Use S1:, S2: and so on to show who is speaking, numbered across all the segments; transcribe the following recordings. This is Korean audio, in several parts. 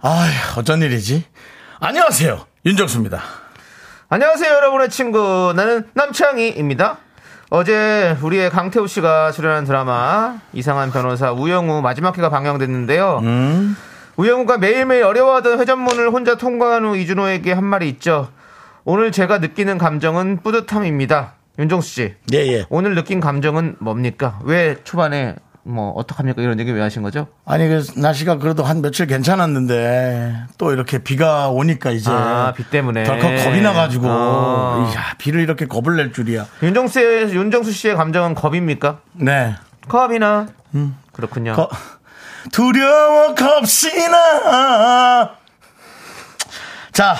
S1: 아, 어쩐 일이지? 안녕하세요. 윤정수입니다.
S2: 안녕하세요, 여러분의 친구. 나는 남창희입니다. 어제 우리의 강태우 씨가 출연한 드라마 이상한 변호사 우영우 마지막 회가 방영됐는데요. 우영우가 매일매일 어려워하던 회전문을 혼자 통과한 후 이준호에게 한 말이 있죠. 오늘 제가 느끼는 감정은 뿌듯함입니다. 윤정수 씨,
S1: 예, 예.
S2: 오늘 느낀 감정은 뭡니까? 왜 초반에 뭐 어떡합니까 이런 얘기 왜 하신 거죠?
S1: 아니, 그 날씨가 그래도 한 며칠 괜찮았는데 또 이렇게 비가 오니까 이제
S2: 아, 비 때문에.
S1: 덜컥 겁이 나가지고
S2: 아.
S1: 이야, 비를 이렇게 겁을 낼 줄이야.
S2: 윤정수 씨의, 윤정수 씨의 감정은 겁입니까?
S1: 네.
S2: 겁이나. 그렇군요.
S1: 거- 두려워 겁시나. 자,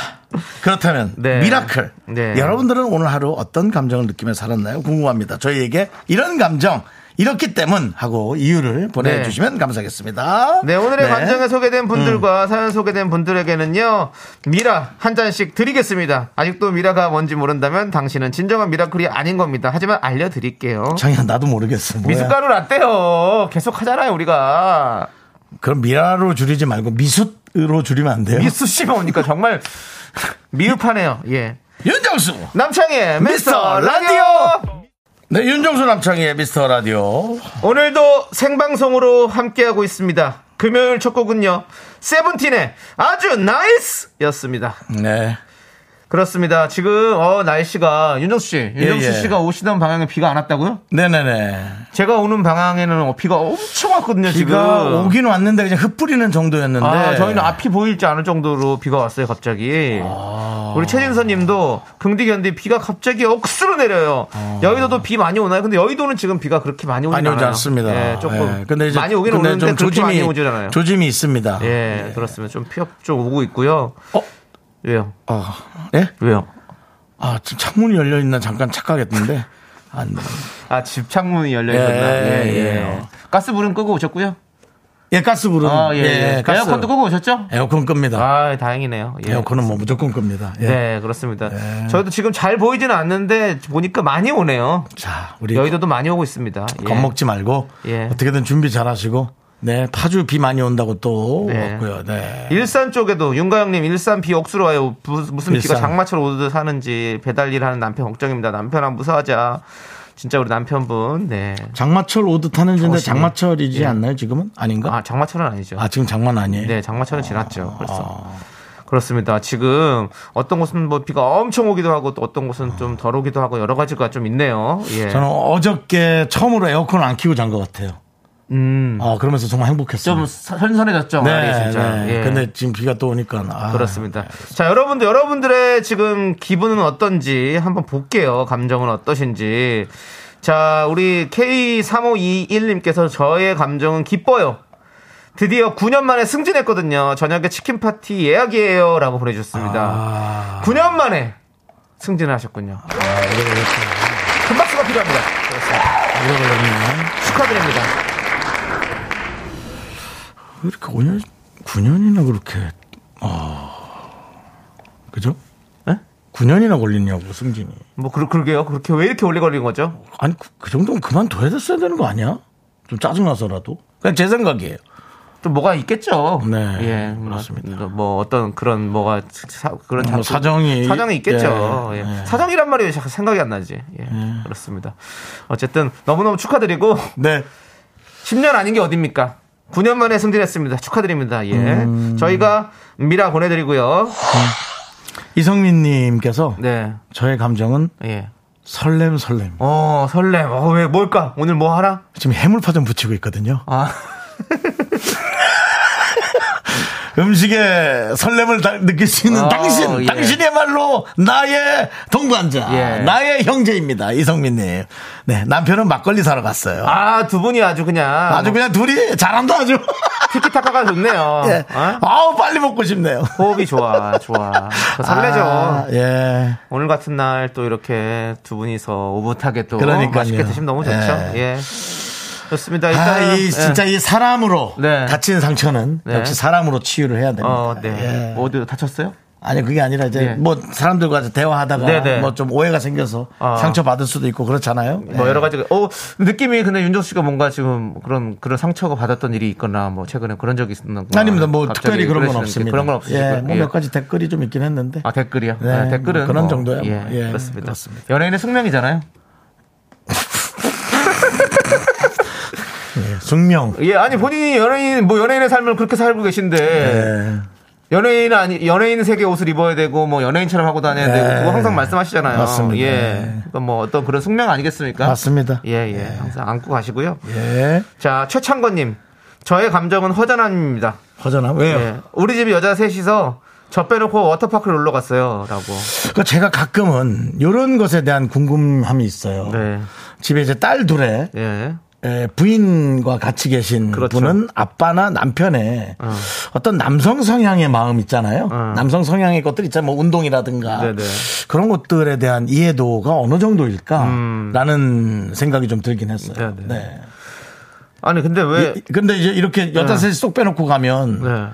S1: 그렇다면
S2: 네.
S1: 미라클.
S2: 네.
S1: 여러분들은 오늘 하루 어떤 감정을 느끼며 살았나요? 궁금합니다. 저희에게 이런 감정 이렇기 때문 하고 이유를 보내주시면 감사하겠습니다.
S2: 네, 음. 오늘의
S1: 네.
S2: 감정에 소개된 분들과 사연 소개된 분들에게는요, 미라 한 잔씩 드리겠습니다. 아직도 미라가 뭔지 모른다면 당신은 진정한 미라클이 아닌 겁니다. 하지만 알려드릴게요.
S1: 장이야 나도 모르겠어. 뭐야.
S2: 미숫가루 라떼요. 계속 하잖아요, 우리가.
S1: 그럼 미라로 줄이지 말고 미숫으로 줄이면 안 돼요?
S2: 미수 씨가 오니까 정말 미흡하네요. 예.
S1: 윤정수.
S2: 남창의
S1: 미스터
S2: 미스터 라디오!
S1: 네, 윤정수 남창희의 미스터 라디오.
S2: 오늘도 생방송으로 함께하고 있습니다. 금요일 첫 곡은요, 세븐틴의 아주 나이스! 였습니다.
S1: 네.
S2: 그렇습니다. 지금, 어, 날씨가, 윤정수 씨, 윤정수
S1: 예.
S2: 씨가 오시던 방향에 비가 안 왔다고요?
S1: 네네네.
S2: 제가 오는 방향에는 어, 비가 엄청 왔거든요, 지금.
S1: 비가 오긴 왔는데 그냥 흩뿌리는 정도였는데.
S2: 아, 저희는 앞이 보이지 않을 정도로 비가 왔어요, 갑자기.
S1: 아.
S2: 우리 최진선 님도 긍디견디 비가 갑자기 억수로 내려요. 여의도도 비 많이 오나요? 근데 여의도는 지금 비가 그렇게 많이 오지
S1: 아. 많이
S2: 않아요.
S1: 오지 않습니다.
S2: 예, 조금.
S1: 예, 근데 이제
S2: 많이 오긴
S1: 근데
S2: 오는데
S1: 좀
S2: 그렇게
S1: 조짐이
S2: 많이 오잖아요.
S1: 조짐이 있습니다.
S2: 예, 그렇습니다. 좀 피업 쪽 오고 있고요.
S1: 어?
S2: 왜요?
S1: 아, 예?
S2: 왜요?
S1: 아, 지금 창문이 열려 있나 잠깐 착각했는데. 안.
S2: 아, 집 창문이 열려 있었나?
S1: 예, 예.
S2: 가스불은 끄고 오셨고요.
S1: 예, 가스불은.
S2: 아, 예. 예.
S1: 가스.
S2: 에어컨도 끄고 오셨죠?
S1: 에어컨 끕니다.
S2: 아, 다행이네요. 예.
S1: 에어컨은 뭐 무조건 끕니다. 예.
S2: 네, 그렇습니다. 저희도 지금 잘 보이지는 않는데 보니까 많이 오네요.
S1: 자, 우리
S2: 여의도도 많이 오고 있습니다. 예.
S1: 예. 겁먹지 말고
S2: 예.
S1: 어떻게든 준비 잘 하시고. 네, 파주 비 많이 온다고 또
S2: 네.
S1: 왔고요. 네.
S2: 일산 쪽에도 윤가영님 일산 비 억수로 와요. 부- 무슨 비가
S1: 일산.
S2: 장마철 오듯 하는지 배달 일하는 남편 걱정입니다. 남편아 무사하자. 진짜 우리 남편분. 네.
S1: 장마철 오듯 하는 지인데
S2: 조심히.
S1: 장마철이지 않나요, 지금은? 아닌가?
S2: 예. 아 장마철은 아니죠.
S1: 아, 지금 장마는 아니에요.
S2: 네, 장마철은 지났죠. 벌써. 그렇습니다. 지금 어떤 곳은 뭐 비가 엄청 오기도 하고 또 어떤 곳은 좀 덜 오기도 하고 여러 가지가 좀 있네요. 예.
S1: 저는 어저께 처음으로 에어컨 안 키고 잔 것 같아요.
S2: 음.
S1: 아, 그러면서 정말 행복했어요. 네,
S2: 좀 선선해졌죠. 말이 진짜. 예.
S1: 근데 지금 비가 또 오니까. 아.
S2: 그렇습니다. 자, 여러분들, 여러분들의 지금 기분은 어떤지 한번 볼게요. 감정은 어떠신지. 자, 우리 K3521님께서 저의 감정은 기뻐요. 드디어 9년 만에 승진했거든요. 저녁에 치킨 파티 예약이에요. 라고 보내주셨습니다.
S1: 아,
S2: 9년 만에 승진을 하셨군요. 큰 박수가 필요합니다.
S1: 오래 걸렸네.
S2: 축하드립니다.
S1: 왜 이렇게 5년, 9년이나 그렇게. 아. 그죠?
S2: 예?
S1: 9년이나 걸리냐고, 승진이.
S2: 뭐, 그러, 그러게요. 그렇게 왜 이렇게 오래 걸린 거죠?
S1: 아니, 그, 그 정도면 그만둬야 됐어야 되는 거 아니야? 좀 짜증나서라도. 그냥 제 생각이에요.
S2: 좀 뭐가 있겠죠.
S1: 네,
S2: 예, 뭐,
S1: 그렇습니다.
S2: 뭐 어떤 그런 뭐가 사, 그런
S1: 뭐
S2: 잡-
S1: 사정이-
S2: 사정이 있겠죠.
S1: 예,
S2: 예.
S1: 예.
S2: 사정이란 말이 왜 자꾸 생각이 안 나지? 예, 그렇습니다. 어쨌든 너무너무 축하드리고
S1: 네.
S2: 10년 아닌 게 어딥니까? 9년 만에 승진했습니다. 축하드립니다. 예.
S1: 음.
S2: 저희가 미라 보내드리고요.
S1: 이성민 님께서
S2: 네.
S1: 저의 감정은
S2: 예.
S1: 설렘 설렘.
S2: 어, 설렘. 어, 왜, 뭘까? 오늘 뭐 하나?
S1: 지금 해물파전 붙이고 있거든요.
S2: 아.
S1: 음식에 설렘을 다- 느낄 수 있는
S2: 어,
S1: 당신,
S2: 예.
S1: 당신이야말로 나의 동반자,
S2: 예.
S1: 나의 형제입니다. 이성민님. 네, 남편은 막걸리 사러 갔어요. 아,
S2: 아, 두 분이 아주 그냥.
S1: 주
S2: 뭐
S1: 그냥 둘이 잘한다 아주.
S2: 티키타카가 좋네요.
S1: 예.
S2: 어?
S1: 아우 빨리 먹고 싶네요.
S2: 호흡이 좋아, 좋아. 저 설레죠.
S1: 아, 예.
S2: 오늘 같은 날 또 이렇게 두 분이서 오붓하게 또
S1: 그러니까요.
S2: 맛있게 드시면 너무 좋죠.
S1: 예.
S2: 예. 좋습니다. 예. 일단
S1: 아, 이 진짜 이 사람으로
S2: 네.
S1: 다친 상처는
S2: 네.
S1: 역시 사람으로 치유를 해야 됩니다.
S2: 어, 네.
S1: 예.
S2: 어디 다쳤어요?
S1: 아니 그게 아니라 이제
S2: 예.
S1: 뭐 사람들과 이제 대화하다가
S2: 네, 네.
S1: 뭐 좀 오해가 생겨서
S2: 아.
S1: 상처 받을 수도 있고 그렇잖아요.
S2: 뭐
S1: 예.
S2: 여러 가지가 어 느낌이 근데 윤정 씨가 뭔가 지금 그런 그런 상처가 받았던 일이 있거나 뭐 최근에 그런 적이 있었나
S1: 아닙니다. 뭐
S2: 갑자기
S1: 특별히 그런 건
S2: 그러시는 게
S1: 없습니다.
S2: 그런 건 없으시고
S1: 예, 뭐몇 가지 댓글이 좀 있긴 했는데.
S2: 아 댓글이요?
S1: 네,
S2: 아, 댓글은
S1: 뭐 그런
S2: 뭐,
S1: 정도야,
S2: 예,
S1: 뭐. 예,
S2: 그렇습니다.
S1: 그렇습니다.
S2: 연예인의 숙명이잖아요.
S1: 숙명.
S2: 예 아니 본인이 연예인 뭐 연예인의 삶을 그렇게 살고 계신데
S1: 예.
S2: 연예인 아니 연예인 세계 옷을 입어야 되고 뭐 연예인처럼 하고 다녀야 되고 그거 항상 말씀하시잖아요.
S1: 네. 맞습니다.
S2: 예.
S1: 네.
S2: 그러니까 뭐 어떤 그런 숙명 아니겠습니까?
S1: 맞습니다. 네.
S2: 예, 예. 항상 안고 가시고요.
S1: 예.
S2: 자, 최창건 님. 저의 감정은 허전함입니다.
S1: 허전함. 왜요?
S2: 예. 우리 집 여자 셋이서 저 빼놓고 워터파크 놀러 갔어요라고.
S1: 그 제가 가끔은 이런 것에 대한 궁금함이 있어요.
S2: 네.
S1: 집에 이제 딸 둘에
S2: 예.
S1: 에, 부인과 같이 계신
S2: 그렇죠.
S1: 분은 아빠나 남편의 어. 떤 남성 성향의 마음 있잖아요.
S2: 어.
S1: 남성 성향의 것들 있잖아요. 뭐 운동이라든가
S2: 네네.
S1: 그런 것들에 대한 이해도가 어느 정도일까라는 생각이 좀 들긴 했어요.
S2: 음. 네네.
S1: 네.
S2: 아니 근데 왜
S1: 이- 근데 이제 이렇게 여자
S2: 네.
S1: 셋이 쏙 빼놓고 가면
S2: 네.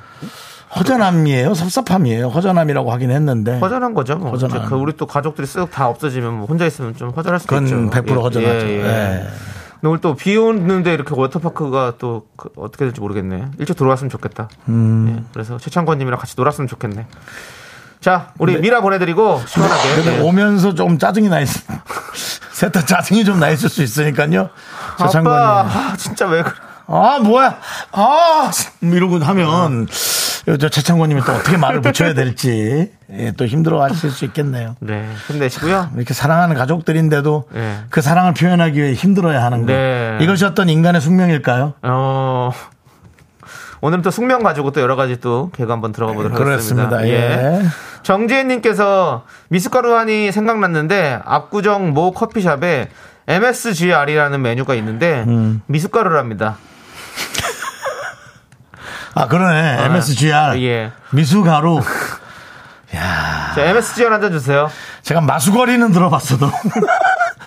S1: 허전함이에요, 섭섭함이에요. 허전함이라고 하긴 했는데
S2: 허전한 거죠. 뭐.
S1: 네. 허전한.
S2: 이제 그 우리 또 가족들이 쓱 다 없어지면 뭐 혼자 있으면 좀 허전할 수도
S1: 그건
S2: 있죠.
S1: 100% 허전하죠. 예.
S2: 근데 오늘 또 비 오는데 이렇게 워터파크가 또 그- 어떻게 될지 모르겠네. 일찍 들어왔으면 좋겠다.
S1: 음.
S2: 예, 그래서 최창권님이랑 같이 놀았으면 좋겠네. 자, 우리
S1: 네.
S2: 미라 보내드리고 시원하게.
S1: 근데
S2: 예.
S1: 오면서 좀 짜증이 나 있. 셋다 짜증이 좀 나 있을 수 있으니까요. 저
S2: 아빠,
S1: 장관님.
S2: 아, 진짜 왜 그래?
S1: 아 뭐야 아 이러고 하면
S2: 네.
S1: 저 최창고님이 또 어떻게 말을 붙여야 될지 예, 또 힘들어하실 수 있겠네요.
S2: 네, 힘내시고요.
S1: 이렇게 사랑하는 가족들인데도
S2: 예.
S1: 그 사랑을 표현하기 위해 힘들어야 하는 거
S2: 네.
S1: 이것이 어떤 인간의 숙명일까요?
S2: 어. 오늘은 또 숙명 가지고 또 여러 가지 또 개그 한번 들어가 보도록
S1: 그렇습니다.
S2: 하겠습니다.
S1: 예.
S2: 정지혜님께서 미숫가루하니 생각났는데 압구정 모 커피숍에 MSGR이라는 메뉴가 있는데
S1: 음.
S2: 미숫가루랍니다.
S1: 아 그러네 MSGR
S2: 예.
S1: 미수가루
S2: 자, MSGR 한 잔 주세요.
S1: 제가 마수거리는 들어봤어도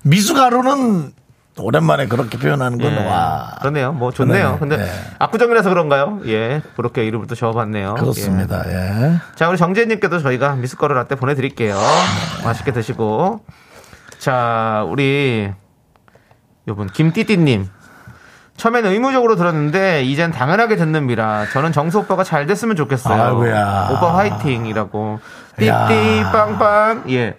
S1: 미수가루는 오랜만에 그렇게 표현하는 건
S2: 예.
S1: 와.
S2: 그러네요. 뭐 좋네요.
S1: 그러네.
S2: 근데
S1: 예.
S2: 압구정이라서 그런가요? 예. 그렇게 이름을 또 적어봤네요.
S1: 그렇습니다. 예.
S2: 예. 자, 우리 정재님께도 저희가 미숫가루 라떼 보내드릴게요. 맛있게 드시고. 자, 우리 요분 김띠띠님. 처음엔 의무적으로 들었는데 이젠 당연하게 듣는 미라. 저는 정수 오빠가 잘 됐으면 좋겠어요.
S1: 아이고야.
S2: 오빠 화이팅이라고.
S1: 야.
S2: 띠띠 빵빵. 예.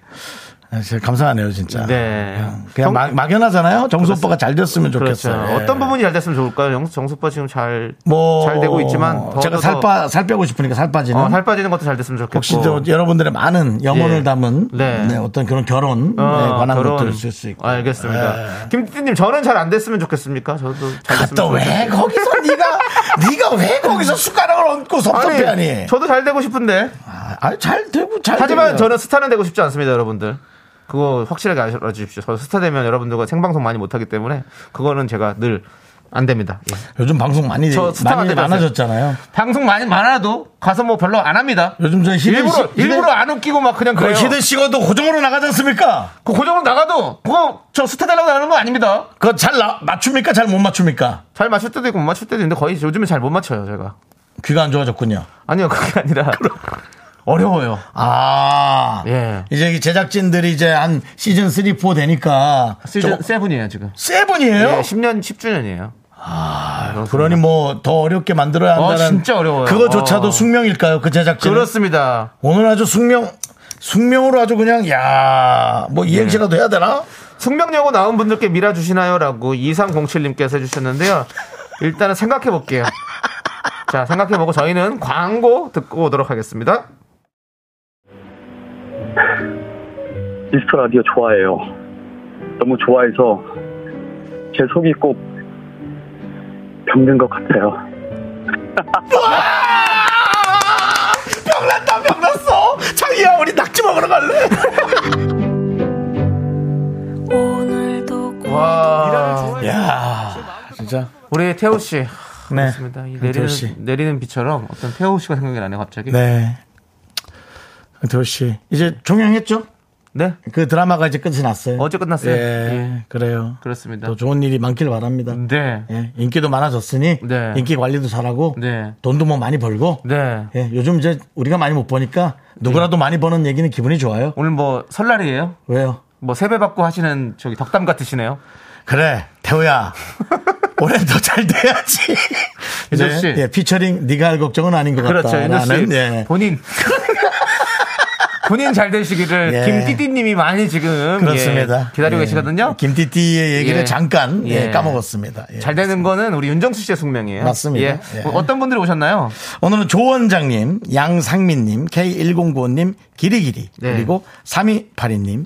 S1: 아, 진짜 감사하네요, 진짜.
S2: 네.
S1: 그냥, 그냥
S2: 정-
S1: 막, 막연하잖아요. 정수 오빠가 잘 됐으면
S2: 그렇죠.
S1: 좋겠어요. 예.
S2: 어떤 부분이 잘 됐으면 좋을까요? 정- 정수 오빠 지금 잘
S1: 뭐,
S2: 잘 되고 있지만 더-
S1: 제가
S2: 더-
S1: 살, 빠, 살 빼고 싶으니까 살 빠지는.
S2: 어, 살 빠지는 것도 잘 됐으면 좋겠고.
S1: 혹시 또 여러분들의 많은 영혼을
S2: 예.
S1: 담은
S2: 네.
S1: 네, 어떤 그런 결혼에 네,
S2: 어,
S1: 관한
S2: 결혼.
S1: 것들을 쓸 수 있고. 네.
S2: 알겠습니다. 김띠님 저는 잘 안 됐으면 좋겠습니까? 저도 잘 됐으면
S1: 아, 또왜
S2: 좋겠어요.
S1: 거기서 네가 네가 왜 거기서 숟가락을 얹고 섭섭해하니?
S2: 아니, 저도 잘 되고 싶은데.
S1: 아, 아니, 잘 되고 잘.
S2: 하지만
S1: 되고요.
S2: 저는 스타는 되고 싶지 않습니다, 여러분들. 그거 확실하게 알려주십시오. 저 스타 되면 여러분들과 생방송 많이 못하기 때문에 그거는 제가 늘 안 됩니다. 예.
S1: 요즘 방송 많이
S2: 저 스타가
S1: 많이
S2: 되지 않았어요?
S1: 많아졌잖아요.
S2: 방송 많이 많아도 가서 뭐 별로 안 합니다.
S1: 요즘 저희 히든
S2: 일부러
S1: 씨-
S2: 일부러
S1: 히든-
S2: 안 웃기고 막 그냥
S1: 그
S2: 그래요.
S1: 히든 씨가도 고정으로 나가지 않습니까?
S2: 그 고정으로 나가도 그거 저 스타 되려고 나가는 거 아닙니다.
S1: 그거 잘 나- 맞춥니까? 잘 못 맞춥니까?
S2: 잘 맞출 때도 있고 못 맞출 때도 있는데 거의 요즘에 잘 못 맞춰요, 제가.
S1: 귀가 안 좋아졌군요.
S2: 아니요, 그게 아니라 어려워요.
S1: 아,
S2: 예.
S1: 이제 이 제작진들이 이제 한 시즌 3, 4 되니까
S2: 시즌
S1: 좀-
S2: 세븐이에요 지금.
S1: 세븐이에요.
S2: 예, 10년 10주년이에요. 아,
S1: 그러니 뭐 더 어렵게 만들어야
S2: 어,
S1: 한다는
S2: 진짜 어려워요.
S1: 그거조차도
S2: 어.
S1: 숙명일까요? 그 제작진
S2: 그렇습니다.
S1: 오늘 아주 숙명 숙명으로 아주 그냥 야뭐
S2: 예.
S1: 이행시라도 해야 되나?
S2: 숙명여고 나온 분들께 미라 주시나요라고 2307님께서 해주셨는데요. 일단은 생각해 볼게요. 자, 생각해 보고 저희는 광고 듣고 오도록 하겠습니다.
S3: 미스터 라디오 좋아해요. 너무 좋아해서 제 속이 꼭 병든 것 같아요.
S1: 아, 그냥 우리 낙지 먹으러 갈래?
S2: 와.
S1: 야 진짜.
S2: 우리 태호 씨.
S1: 네.
S2: 예. 그렇습니다. 이
S1: 태호
S2: 내리는,
S1: 씨.
S2: 내리는 비처럼 어떤 태호 씨가 생각이 나네요, 갑자기.
S1: 네. 강태호 씨. 이제 종영했죠?
S2: 네?
S1: 그 드라마가 이제 끝이 났어요.
S2: 어제 끝났어요.
S1: 예,
S2: 예.
S1: 그래요.
S2: 그렇습니다.
S1: 더 좋은 일이 많길 바랍니다.
S2: 네.
S1: 예, 인기도 많아졌으니
S2: 네.
S1: 인기 관리도 잘하고
S2: 네.
S1: 돈도 뭐 많이 벌고
S2: 네.
S1: 예, 요즘 이제 우리가 많이 못 보니까 누구라도 많이 버는 얘기는 기분이 좋아요.
S2: 오늘 뭐 설날이에요?
S1: 왜요?
S2: 뭐 세배 받고 하시는 저기 덕담 같으시네요.
S1: 그래, 태호야. 올해 더 잘 돼야지.
S2: 윤정
S1: 네,
S2: 씨.
S1: 예, 피처링 네가 할 걱정은 아닌 것
S2: 그렇죠.
S1: 같다.
S2: 윤호 씨.
S1: 라는, 예.
S2: 본인. 본인 잘 되시기를
S1: 예.
S2: 김띠띠님이 많이 지금
S1: 그렇습니다.
S2: 예, 기다리고
S1: 예.
S2: 계시거든요.
S1: 김띠띠의 얘기를
S2: 예.
S1: 잠깐 예,
S2: 예.
S1: 까먹었습니다. 예.
S2: 잘 되는 거는 우리 윤정수 씨의 숙명이에요.
S1: 맞습니다.
S2: 예.
S1: 예.
S2: 뭐 어떤 분들이 오셨나요?
S1: 오늘은 조원장님, 양상민님, K1095님, 기리기리,
S2: 네.
S1: 그리고 3282님.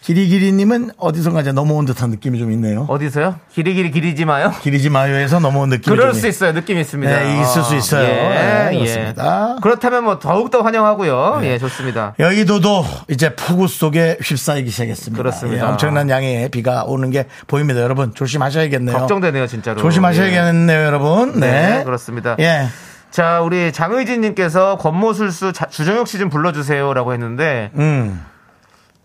S1: 기리기리님은 어디선가 이제 넘어온 듯한 느낌이 좀 있네요.
S2: 어디서요? 길이길이 길이지 마요.
S1: 기리지 마요에서 넘어온 느낌이
S2: 그럴
S1: 좀
S2: 수
S1: 있-
S2: 있어요. 느낌이 있습니다. 예.
S1: 네, 있을 수 있어요. 네, 그렇습니다. 네.
S2: 그렇다면 뭐 더욱더 환영하고요. 예, 좋습니다.
S1: 여의도도 이제 폭우 속에 휩싸이기 시작했습니다.
S2: 그렇습니다.
S1: 예, 엄청난 양의 비가 오는 게 보입니다. 여러분 조심하셔야겠네요.
S2: 걱정되네요, 진짜로. 예.
S1: 조심하셔야겠네요, 여러분. 네.
S2: 네, 그렇습니다.
S1: 예.
S2: 자, 우리 장의진님께서 권모술수 자- 주정혁 씨 좀 불러주세요라고 했는데
S1: 음.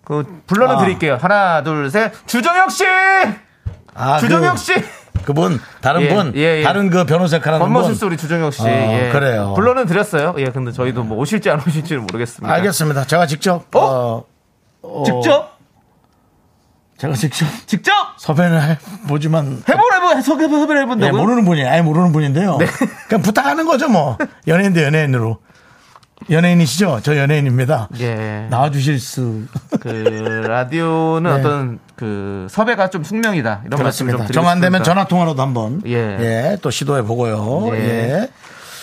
S2: 그 불러는
S1: 아.
S2: 드릴게요. 하나, 둘, 셋. 주정혁 씨,
S1: 아,
S2: 주정혁
S1: 그,
S2: 씨.
S1: 그분 다른
S2: 예,
S1: 분
S2: 예, 예.
S1: 다른 그 변호사 역할하는 분.
S2: 권모술수 우리 주정혁 씨.
S1: 아,
S2: 예.
S1: 그래요.
S2: 불러는 드렸어요. 예, 근데 저희도 뭐 오실지 안 오실지는 모르겠습니다.
S1: 알겠습니다. 제가 직접
S2: 어?
S1: 어, 어,
S2: 직접,
S1: 제가 직접
S2: 직접
S1: 섭외는 해 보지만
S2: 해보래보 소개 소개를 해본다고.
S1: 예, 모르는 분이 아예 모르는 분인데요.
S2: 네.
S1: 그냥 부탁하는 거죠, 뭐. 연예인데 연예인으로. 연예인이시죠? 저 연예인입니다.
S2: 예.
S1: 나와 주실 수
S2: 그 라디오는 어떤 그 섭외가 좀 숙명이다
S1: 네.
S2: 이런 말씀 좀
S1: 그렇습니다.
S2: 드리고
S1: 정안되면
S2: 싶습니다.
S1: 전화 통화로도 한번
S2: 예.
S1: 예. 또 시도해 보고요.
S2: 예.
S1: 예.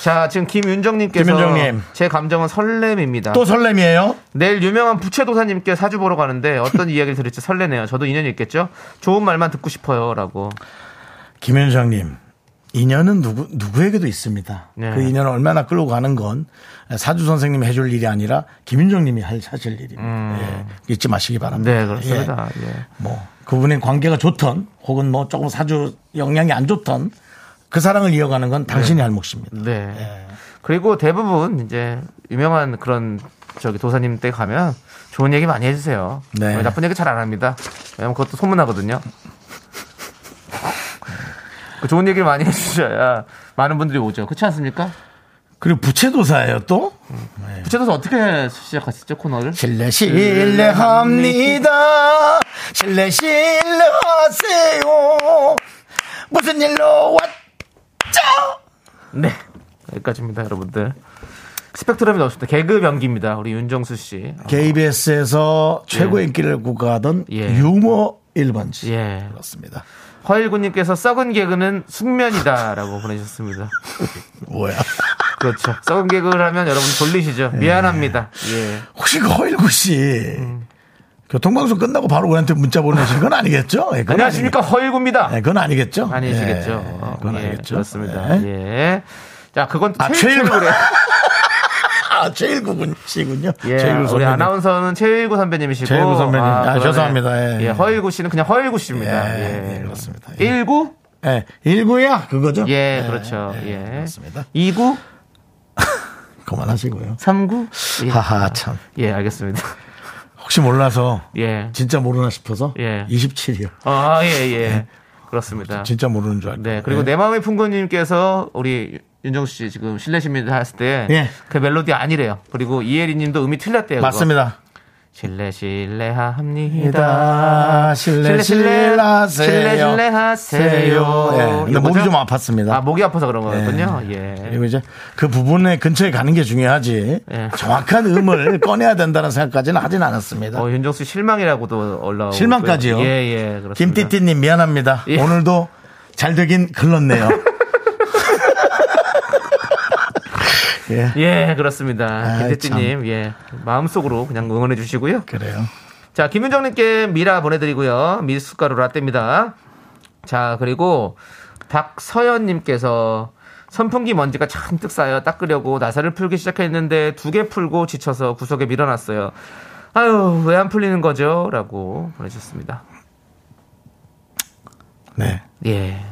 S2: 자 지금 김윤정님께서
S1: 김윤정님.
S2: 제 감정은 설렘입니다.
S1: 또 설렘이에요.
S2: 내일 유명한 부채도사님께 사주 보러 가는데 어떤 이야기를 들을지 설레네요. 저도 인연이 있겠죠? 좋은 말만 듣고 싶어요라고.
S1: 김현정님. 인연은 누구 누구에게도 있습니다.
S2: 네.
S1: 그 인연을 얼마나 끌고 가는 건 사주 선생님이 해줄 일이 아니라 김윤정님이 할 사실 일입니다. 예. 잊지 마시기 바랍니다.
S2: 음. 네 그렇습니다.
S1: 예.
S2: 예.
S1: 뭐 그분의 관계가 좋던 혹은 뭐 조금 사주 영향이 안 좋던 그 사랑을 이어가는 건 당신이 할 몫입니다.
S2: 네.
S1: 예.
S2: 그리고 대부분 이제 유명한 그런 저기 도사님 때 가면 좋은 얘기 많이 해주세요.
S1: 네.
S2: 어, 나쁜 얘기 잘 안 합니다. 왜냐면 그것도 소문나거든요. 그 좋은 얘기를 많이 해주셔야 많은 분들이 오죠. 그렇지 않습니까?
S1: 그리고 부채도사예요 또 네.
S2: 부채도서 어떻게 시작하셨죠 코너를?
S1: 실례 실례합니다. 실례 실례하세요. 무슨 일로 왔죠?
S2: 네. 여기까지입니다, 여러분들. 스펙트럼이 넣었습니다. 개그 연기입니다. 우리 윤정수 씨.
S1: KBS에서 최고 인기를 구가하던
S2: 예.
S1: 유머 1번지
S2: 예.
S1: 그렇습니다.
S2: 허일구님께서 썩은 개그는 숙면이다라고 보내셨습니다.
S1: 뭐야?
S2: 그렇죠. 썩은 개그를 하면 여러분 졸리시죠. 미안합니다. 예.
S1: 혹시 그 허일구 씨 교통방송 끝나고 바로 우리한테 문자 보내신 건 아니겠죠? 예, 그건
S2: 안녕하십니까 허일구입니다.
S1: 네, 그건 아니겠죠?
S2: 아니시겠죠.
S1: 예,
S2: 어,
S1: 그건
S2: 예,
S1: 아니겠죠.
S2: 그렇습니다.
S1: 예.
S2: 예. 자, 그건
S1: 아,
S2: 최일구
S1: 최일구.
S2: 그래.
S1: 아, 최일구군 씨군요.
S2: 예,
S1: 최일구
S2: 우리
S1: 선배님.
S2: 아나운서는 최일구 선배님이시고.
S1: 최일구 선배님. 아,
S2: 그거는-
S1: 죄송합니다. 예.
S2: 허일구 씨는 그냥 허일구 씨입니다.
S1: 예,
S2: 예.
S1: 예, 그렇습니다. 예.
S2: 일구?
S1: 예, 일구야 그거죠?
S2: 예, 그렇죠. 예.
S1: 그렇습니다.
S2: 이구?
S1: 그만하시고요.
S2: 삼구? 예.
S1: 하하 참.
S2: 예, 알겠습니다.
S1: 혹시 몰라서
S2: 예.
S1: 진짜 모르나 싶어서
S2: 예.
S1: 27이요.
S2: 아, 예, 예. 그렇습니다.
S1: 진짜 모르는 줄 예. 알고.
S2: 네, 그리고 내 마음의 풍구님께서 우리 윤정수 씨 지금 실례십니다 했을 때,
S1: 예.
S2: 그 멜로디 아니래요. 그리고 이혜리 님도 음이 틀렸대요. 그거.
S1: 맞습니다.
S2: 실례, 실례합니다.
S1: 이다 실례 실례 하세요.
S2: 실례, 실례하세요.
S1: 예, 근데
S2: 이거죠?
S1: 목이 좀 아팠습니다.
S2: 아, 목이 아파서 그런 거였군요. 예.
S1: 그리고 이제 그 부분에 근처에 가는 게 중요하지
S2: 예.
S1: 정확한 음을 꺼내야 된다는 생각까지는 하진 않았습니다.
S2: 어, 윤정수 씨 실망이라고도 올라오고.
S1: 실망까지요?
S2: 예, 예. 그렇습니다.
S1: 김띠띠님 미안합니다.
S2: 예.
S1: 오늘도 잘 되긴 글렀네요. 예.
S2: 예, 그렇습니다.
S1: 아이,
S2: 김태띠님, 예. 마음속으로 그냥 응원해 주시고요.
S1: 그래요.
S2: 자, 김윤정님께 미라 보내드리고요. 미숫가루 라떼입니다. 자, 그리고 박서연님께서 선풍기 먼지가 잔뜩 쌓여 닦으려고 나사를 풀기 시작했는데 두 개 풀고 지쳐서 구석에 밀어놨어요. 아유, 왜 안 풀리는 거죠? 라고 보내주셨습니다.
S1: 네.
S2: 예.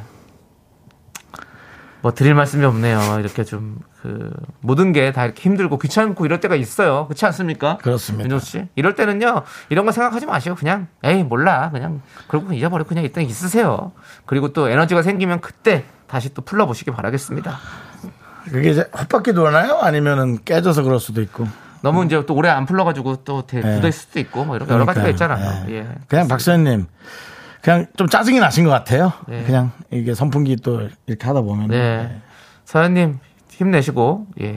S2: 뭐 드릴 말씀이 없네요. 이렇게 좀, 그, 모든 게 다 이렇게 힘들고 귀찮고 이럴 때가 있어요. 그렇지 않습니까?
S1: 그렇습니다.
S2: 윤정 씨. 이럴 때는요, 이런 거 생각하지 마시고 그냥, 에이, 몰라. 그냥, 그러고 잊어버리고 그냥 일단 있으세요. 그리고 또 에너지가 생기면 그때 다시 또 풀러보시기 바라겠습니다.
S1: 그게 이제 헛바퀴 돌아나요? 아니면은 깨져서 그럴 수도 있고.
S2: 너무 이제 또 오래 안 풀러가지고 또 대-
S1: 예.
S2: 굳어있을 수도 있고, 뭐 이렇게 여러 가지가
S1: 그러니까요.
S2: 있잖아요.
S1: 예.
S2: 예.
S1: 그냥 박사님 그냥 좀 짜증이 나신 것 같아요.
S2: 네.
S1: 그냥 이게 선풍기 또 이렇게 하다 보면
S2: 네. 서현님, 힘내시고, 예.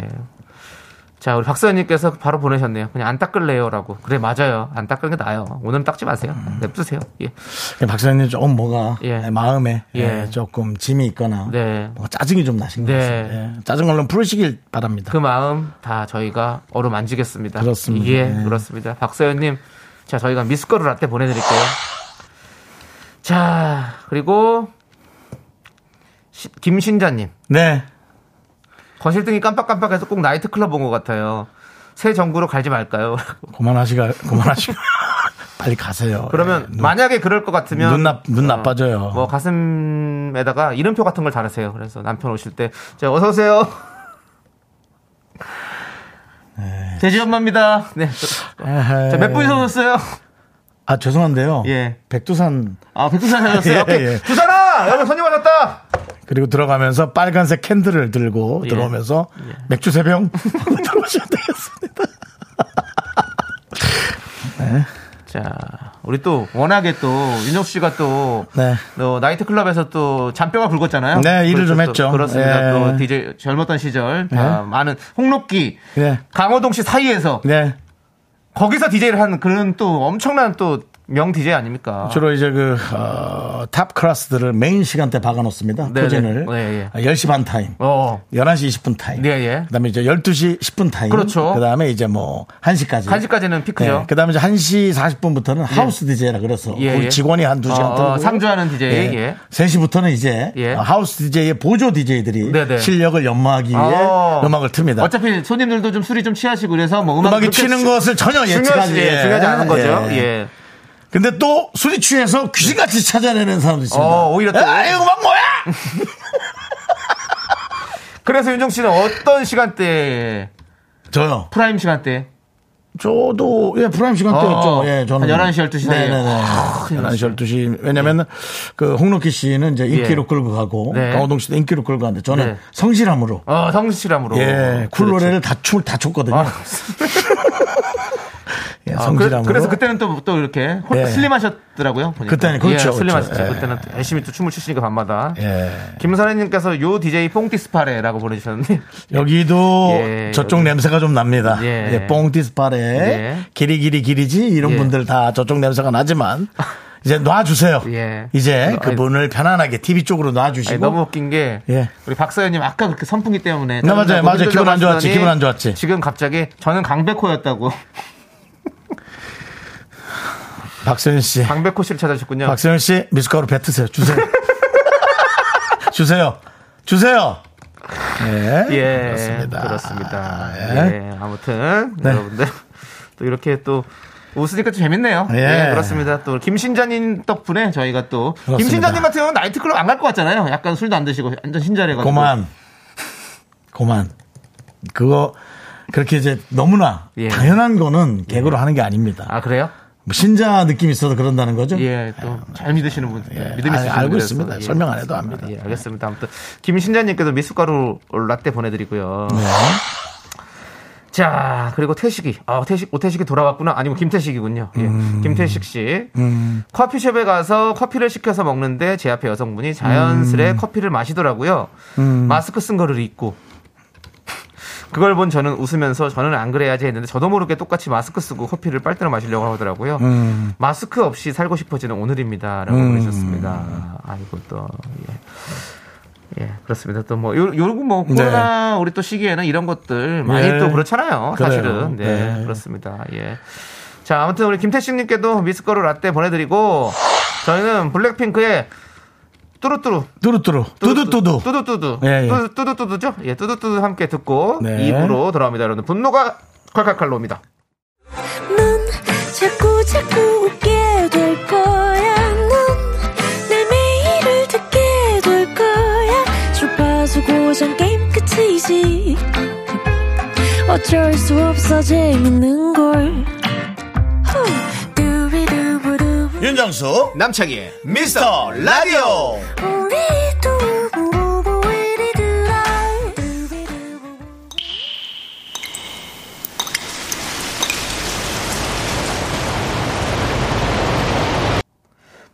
S2: 자, 우리 박서현님께서 바로 보내셨네요. 그냥 안 닦을래요. 라고. 그래, 맞아요. 안 닦는 게 나아요. 오늘은 닦지 마세요.
S1: 음.
S2: 냅두세요. 예.
S1: 박사님 조금 뭐가
S2: 예.
S1: 마음에
S2: 예.
S1: 예, 조금 짐이 있거나
S2: 네.
S1: 뭔가 짜증이 좀 나신 것
S2: 네.
S1: 같습니다. 예. 짜증 얼른 풀으시길 바랍니다.
S2: 그 마음 다 저희가 어루만지겠습니다.
S1: 그렇습니다.
S2: 예,
S1: 예.
S2: 그렇습니다. 박서연님, 자, 저희가 미숫가루 라떼 보내드릴게요. 자, 그리고 시- 김신자님.
S1: 네.
S2: 거실등이 깜빡깜빡해서 꼭 나이트클럽 온 것 같아요. 새 정부로 갈지 말까요?
S1: 그만하시가 그만하시고 빨리 가세요.
S2: 그러면
S1: 예. 눈-
S2: 만약에 그럴 것 같으면
S1: 눈 나- 눈 나빠져요.
S2: 뭐 가슴에다가 이름표 같은 걸 달으세요. 그래서 남편 오실 때, 자 어서 오세요.
S1: 네.
S2: 돼지 엄마입니다. 네.
S1: 에헤이.
S2: 자, 몇 분이서 오셨어요?
S1: 아 죄송한데요.
S2: 예.
S1: 백두산
S2: 아, 백두산 하셨어요? 오케이.
S1: 예, 예.
S2: 두산아! 여러분 손님 오셨다!
S1: 그리고 들어가면서 빨간색 캔들을 들고
S2: 예.
S1: 들어오면서 맥주 세 병 들어오시면 되겠습니다.
S2: 자, 우리 또 워낙에 또 윤혁 씨가 또
S1: 네.
S2: 또 나이트클럽에서 또 잔뼈가 굵었잖아요.
S1: 네, 일을 좀
S2: 그렇죠.
S1: 했죠.
S2: 그렇습니다.
S1: 예.
S2: 또 DJ 젊었던 시절 다
S1: 네.
S2: 많은 홍록기,
S1: 네.
S2: 강호동 씨 사이에서
S1: 네.
S2: 거기서 DJ를 한 그런 또 엄청난 또 명 DJ 아닙니까?
S1: 주로 이제 그, 어, 탑 클래스들을 메인 시간대 박아놓습니다.
S2: 네네.
S1: 포진을. 아,
S2: 예, 예.
S1: 10시 반 타임.
S2: 어.
S1: 11시 20분 타임.
S2: 네, 예.
S1: 그 다음에 이제 12시 10분 타임.
S2: 그렇죠.
S1: 그 다음에 이제 뭐, 1시까지.
S2: 1시까지는 피크죠. 네.
S1: 그 다음에 이제 1시 40분부터는 하우스 DJ라 그래서.
S2: 예,
S1: 거기
S2: 예.
S1: 직원이 한 2시간
S2: 어,
S1: 들고.
S2: 어, 상주하는 DJ, 예.
S1: 3시부터는 이제. 어,
S2: 예.
S1: 하우스 DJ의 보조 DJ들이.
S2: 네네.
S1: 실력을 연마하기 위해
S2: 어.
S1: 음악을 틉니다.
S2: 어차피 손님들도 좀 술이 좀 취하시고 그래서 뭐 음악
S1: 네. 음악이 튀는 것을 전혀 예측하지.
S2: 중요하지, 예, 중요하지 않은 거죠.
S1: 예.
S2: 예.
S1: 근데 또 술이 취해서 귀신같이 찾아내는 사람도 있습니다.
S2: 어, 오히려 또-
S1: 아, 이거 막 뭐야?
S2: 그래서 윤종 씨는 어떤 시간대에
S1: 저요.
S2: 프라임 시간대에
S1: 저도 예 프라임 시간 때였죠.
S2: 어,
S1: 예, 저는
S2: 한 11시, 12시 사이에. 아,
S1: 네네네. 11시 12시. 왜냐면 은그 홍록기 씨는 이제 인기로
S2: 예.
S1: 끌고 가고
S2: 네.
S1: 강호동 씨도 인기로 끌고 가는데 저는
S2: 네.
S1: 성실함으로
S2: 어, 성실함으로.
S1: 예, 쿨
S2: 그렇죠.
S1: 노래를 다 춤을 다 췄거든요.
S2: 아,
S1: 예,
S2: 아, 그,
S1: 성실함으로.
S2: 그래서 그때는 또, 또 이렇게 홀-
S1: 예.
S2: 슬림하셨더라고요. 보니까.
S1: 그때는 그렇죠,
S2: 예, 슬림하셨죠.
S1: 그렇죠. 예.
S2: 그때는 또 열심히 또 춤을 추시니까 밤마다.
S1: 예.
S2: 김선혜님께서 요 DJ 뽕디스파레라고 보내주셨는데
S1: 여기도
S2: 예,
S1: 저쪽
S2: 여기.
S1: 냄새가 좀 납니다.
S2: 예.
S1: 예, 뽕디스파레
S2: 예.
S1: 길이 길이 길이지 이런
S2: 예.
S1: 분들 다 저쪽 냄새가 나지만 이제 놔주세요.
S2: 예.
S1: 이제
S2: 아니,
S1: 그분을 편안하게 TV 쪽으로 놔주시고
S2: 아니, 너무 웃긴 게
S1: 예.
S2: 우리 박서연님 아까 그렇게 선풍기 때문에
S1: 네, 맞아요,
S2: 짜증나고
S1: 맞아요.
S2: 힘들다고
S1: 기분 안 좋았지,
S2: 하시더니
S1: 기분 안 좋았지.
S2: 지금 갑자기 저는 강백호였다고
S1: 박세현 씨.
S2: 강백호 씨를 찾아주셨군요.
S1: 박세현 씨 미숫가루 뱉으세요. 주세요. 주세요. 주세요. 예.
S2: 예,
S1: 그렇습니다.
S2: 그렇습니다.
S1: 예. 네.
S2: 예, 아무튼 여러분들 또 이렇게 또 웃으니까 좀 재밌네요.
S1: 예.
S2: 예, 그렇습니다. 또 김신자님 덕분에 저희가 또
S1: 그렇습니다.
S2: 김신자님 같은 경우는 나이트클럽 안 갈 것 같잖아요. 약간 술도 안 드시고 완전 신자래가지고.
S1: 고만. 고만. 그거 그렇게 이제 너무나
S2: 예.
S1: 당연한 거는 개그로 하는 게 아닙니다.
S2: 아 그래요?
S1: 뭐 신자 느낌이 있어서 그런다는 거죠?
S2: 예, 또 잘 믿으시는 분,
S1: 예.
S2: 믿음 있으신
S1: 아, 알고
S2: 분이라서.
S1: 있습니다. 설명 안 해도 압니다.
S2: 예, 알겠습니다. 아무튼 김신자님께도 미숫가루 라떼 보내드리고요.
S1: 네.
S2: 자, 그리고 태식이. 아, 태식, 오태식이 돌아왔구나. 아니면 김태식이군요. 예. 김태식 씨. 커피숍에 가서 커피를 시켜서 먹는데 제 앞에 여성분이 자연스레 커피를 마시더라고요. 마스크 쓴 거를 입고. 그걸 본 저는 웃으면서 저는 안 그래야지 했는데 저도 모르게 똑같이 마스크 쓰고 커피를 빨대로 마시려고 하더라고요. 마스크 없이 살고 싶어지는 오늘입니다. 라고 그러셨습니다. 아이고 또. 예. 예, 그렇습니다. 또 뭐, 요, 요거 뭐,
S1: 네.
S2: 코로나 우리 또 시기에는 이런 것들 많이
S1: 예.
S2: 또 그렇잖아요.
S1: 그래요.
S2: 사실은. 네,
S1: 네.
S2: 그렇습니다. 예. 자, 아무튼 우리 김태식님께도 미숫가루 라떼 보내드리고 저희는 블랙핑크의 뚜루뚜루.
S1: 뚜루뚜루. 뚜두뚜두.
S2: 뚜두뚜두.
S1: 예, 예.
S2: 뚜두- 뚜두뚜두죠? 예, 뚜두뚜두 함께 듣고
S1: 네.
S2: 2부로 돌아옵니다, 여러분. 분노가 칼칼칼로 옵니다.
S4: 넌 자꾸 자꾸 웃게 될 거야. 넌내 매일을 듣게 될 거야. 주파수 고정 게임 끝이지. 어쩔 수 없어 재밌는 걸. 후. 두비두부두.
S1: 윤정수.
S2: 남창희의 미스터 라디오.
S4: 우리 두부부부 우리 두라. 두비두부.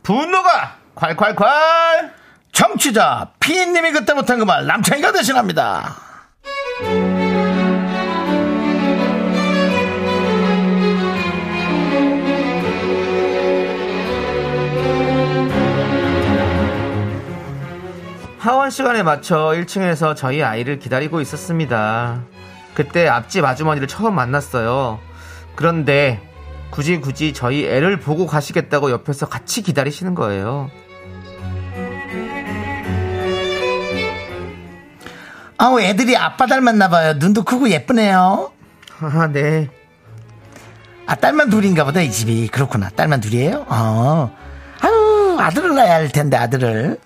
S2: 분노가 콸콸콸!
S1: 정치자 피인님이 그때 못한 그 말 남창희가 대신합니다.
S2: 하원 시간에 맞춰 1층에서 저희 아이를 기다리고 있었습니다. 그때 앞집 아주머니를 처음 만났어요. 그런데 굳이 굳이 저희 애를 보고 가시겠다고 옆에서 같이 기다리시는 거예요.
S1: 아우 애들이 아빠 닮았나 봐요. 눈도 크고 예쁘네요.
S2: 아, 네.
S1: 아 딸만 둘인가 보다 이 집이 그렇구나. 딸만 둘이에요? 어. 아유 아들을 낳아야 할 텐데 아들을.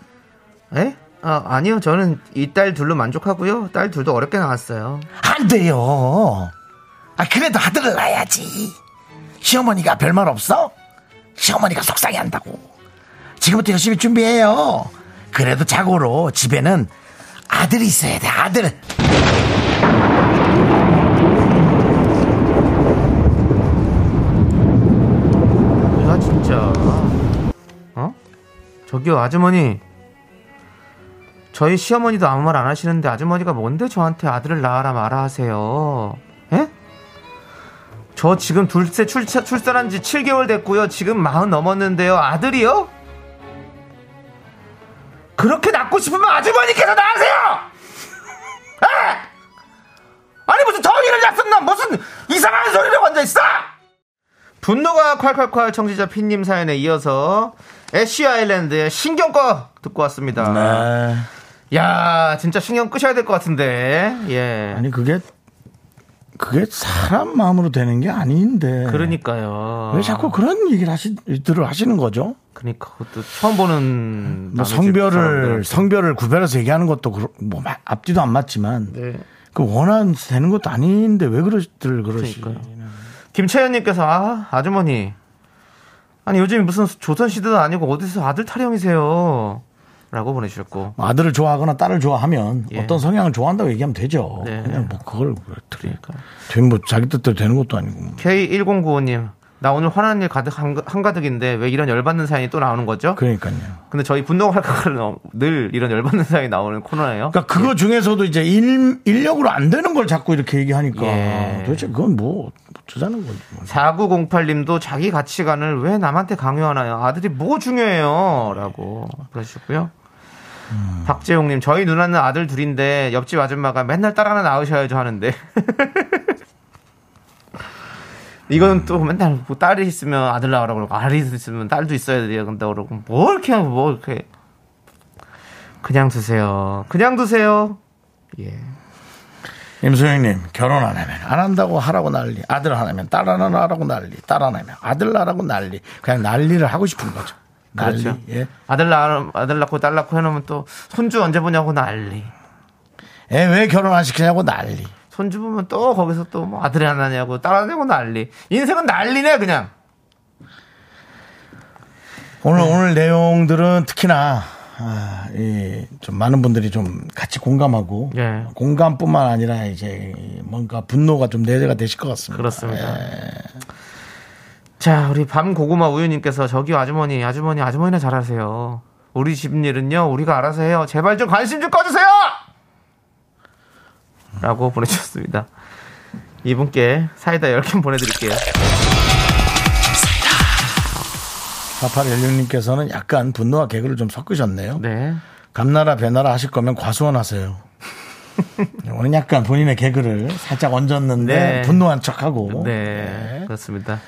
S2: 에? 아, 아니요. 저는 이 딸 둘로 만족하고요. 딸 둘도 어렵게 나왔어요.
S1: 안 돼요. 아, 그래도 아들을 낳아야지. 시어머니가 별말 없어? 시어머니가 속상해 한다고. 지금부터 열심히 준비해요. 그래도 자고로 집에는 아들이 있어야 돼, 아들.
S2: 아, 진짜. 어? 저기요, 아주머니. 저희 시어머니도 아무 말 안 하시는데 아주머니가 뭔데 저한테 아들을 낳아라 마라 하세요. 에? 저 지금 둘째 출차, 출산한 지 7개월 됐고요. 지금 마흔 넘었는데요. 아들이요? 그렇게 낳고 싶으면 아주머니께서 낳으세요! 에? 아니 무슨 더위를 낳았나 무슨 이상한 소리를 앉아 있어! 분노가 콸콸콸 청취자 핀님 사연에 이어서 애쉬 아일랜드의 신경 꺼 듣고 왔습니다.
S1: 네.
S2: 네. 야 진짜 신경 끄셔야 될 것 같은데. 예.
S1: 그게, 그게 사람 마음으로 되는 게 아닌데.
S2: 그러니까요.
S1: 그런 얘기를 하시, 들을 하시는 거죠?
S2: 그러니까 그것도 처음 보는
S1: 뭐
S2: 남의 집
S1: 성별을
S2: 사람들.
S1: 성별을 구별해서 얘기하는 것도 그렇- 뭐 마- 앞뒤도 안 맞지만
S2: 네.
S1: 그 원한 되는 것도 아닌데 왜 그러시들 그러시?
S2: 김채연님께서 아 아주머니 아니 요즘 무슨 조선 시대도 아니고 어디서 아들 타령이세요? 라고 보내주셨고
S1: 뭐 아들을 좋아하거나 딸을 좋아하면
S2: 예.
S1: 어떤 성향을 좋아한다고 얘기하면 되죠.
S2: 네.
S1: 그냥 뭐 그걸 그렇더니
S2: 그러니까
S1: 뭐 자기 뜻대로 되는 것도 아니고
S2: K1095님 나 오늘 화나는 일 가득 한가- 한가득인데 왜 이런 열받는 사연이 또 나오는 거죠?
S1: 그러니까요.
S2: 근데 저희 분노가 칼칼칼은 늘 이런 열받는 사연이 나오는 코너예요.
S1: 그러니까 그거 중에서도 이제 일, 인력으로 안 되는 걸 자꾸 이렇게 얘기하니까
S2: 예.
S1: 도대체 그건 뭐 어쩌자는 거지. 뭐.
S2: 4908님도 자기 가치관을 왜 남한테 강요하나요? 아들이 뭐 중요해요? 라고 그러시고요. 박재용님, 저희 누나는 아들 둘인데 옆집 아줌마가 맨날 딸 하나 낳으셔야죠 하는데. 이건 또 맨날 뭐 딸이 있으면 아들 낳으라고 그러고 아들이 있으면 딸도 있어야 돼요. 근데 그러고 뭐 이렇게 하고 뭐 이렇게 그냥 두세요. 그냥 두세요. 예.
S1: 임소영님 결혼 안 하면 안 한다고 하라고 난리 아들 안 하면 딸 하나 하라고 난리 딸 안 하면 아들 하라고 난리 그냥 난리를 하고 싶은 거죠 난리
S2: 그렇죠.
S1: 예.
S2: 아들 낳 아들 낳고 딸 낳고 해놓으면 또 손주 언제 보냐고 난리.
S1: 애 예, 왜 결혼 안 시키냐고 난리
S2: 손주 보면 또 거기서 또 뭐 아들이 하나냐고 딸 하나냐고 난리. 인생은 난리네 그냥.
S1: 오늘
S2: 네.
S1: 오늘 내용들은 특히나 아, 이, 좀 많은 분들이 좀 같이 공감하고
S2: 예.
S1: 공감뿐만 아니라 이제 뭔가 분노가 좀 내재가 되실 것 같습니다
S2: 그렇습니다. 예. 자 우리 밤 고구마 우유님께서 저기 아주머니 아주머니 아주머니나 잘하세요. 우리 집 일은요 우리가 알아서 해요. 제발 좀 관심 좀 꺼주세요. 라고 보내주셨습니다. 이분께 사이다 10캔 보내드릴게요.
S1: 4816님께서는 약간 분노와 개그를 좀 섞으셨네요
S2: 네.
S1: 감나라 배나라 하실 거면 과수원 하세요. 오늘 약간 본인의 개그를 살짝 얹었는데
S2: 네.
S1: 분노한 척하고
S2: 네, 그렇습니다.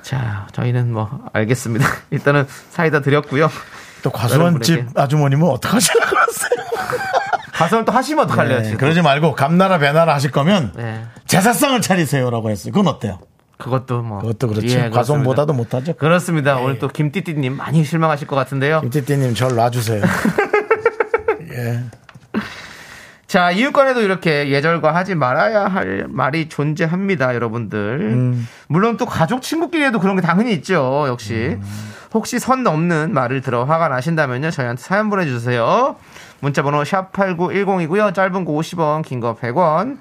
S2: 자, 저희는 뭐 알겠습니다. 일단은 사이다 드렸고요.
S1: 또 과수원집
S2: 여러분에게.
S1: 아주머님은 어떡하시려고 그러세요?
S2: 가슴을 또 하시면 어떡할래요,
S1: 네,
S2: 지금.
S1: 그러지 말고 감나라 배나라 하실 거면
S2: 네.
S1: 제사상을 차리세요라고 했어요. 그건 어때요?
S2: 그것도 뭐.
S1: 그것도 그렇지.
S2: 예,
S1: 과수원보다도
S2: 그렇습니다.
S1: 못하죠.
S2: 그렇습니다. 오늘 또 김띠띠님 많이 실망하실 것 같은데요.
S1: 김띠띠님 절 놔주세요. 예.
S2: 자, 이웃간에도 이렇게 예절과 하지 말아야 할 말이 존재합니다, 여러분들.
S1: 음.
S2: 물론 또 가족 친구끼리에도 그런 게 당연히 있죠, 역시.
S1: 음.
S2: 혹시 선 넘는 말을 들어 화가 나신다면요, 저희한테 사연 보내주세요. 문자번호 샵8910이고요, 짧은 거 50원, 긴 거 100원.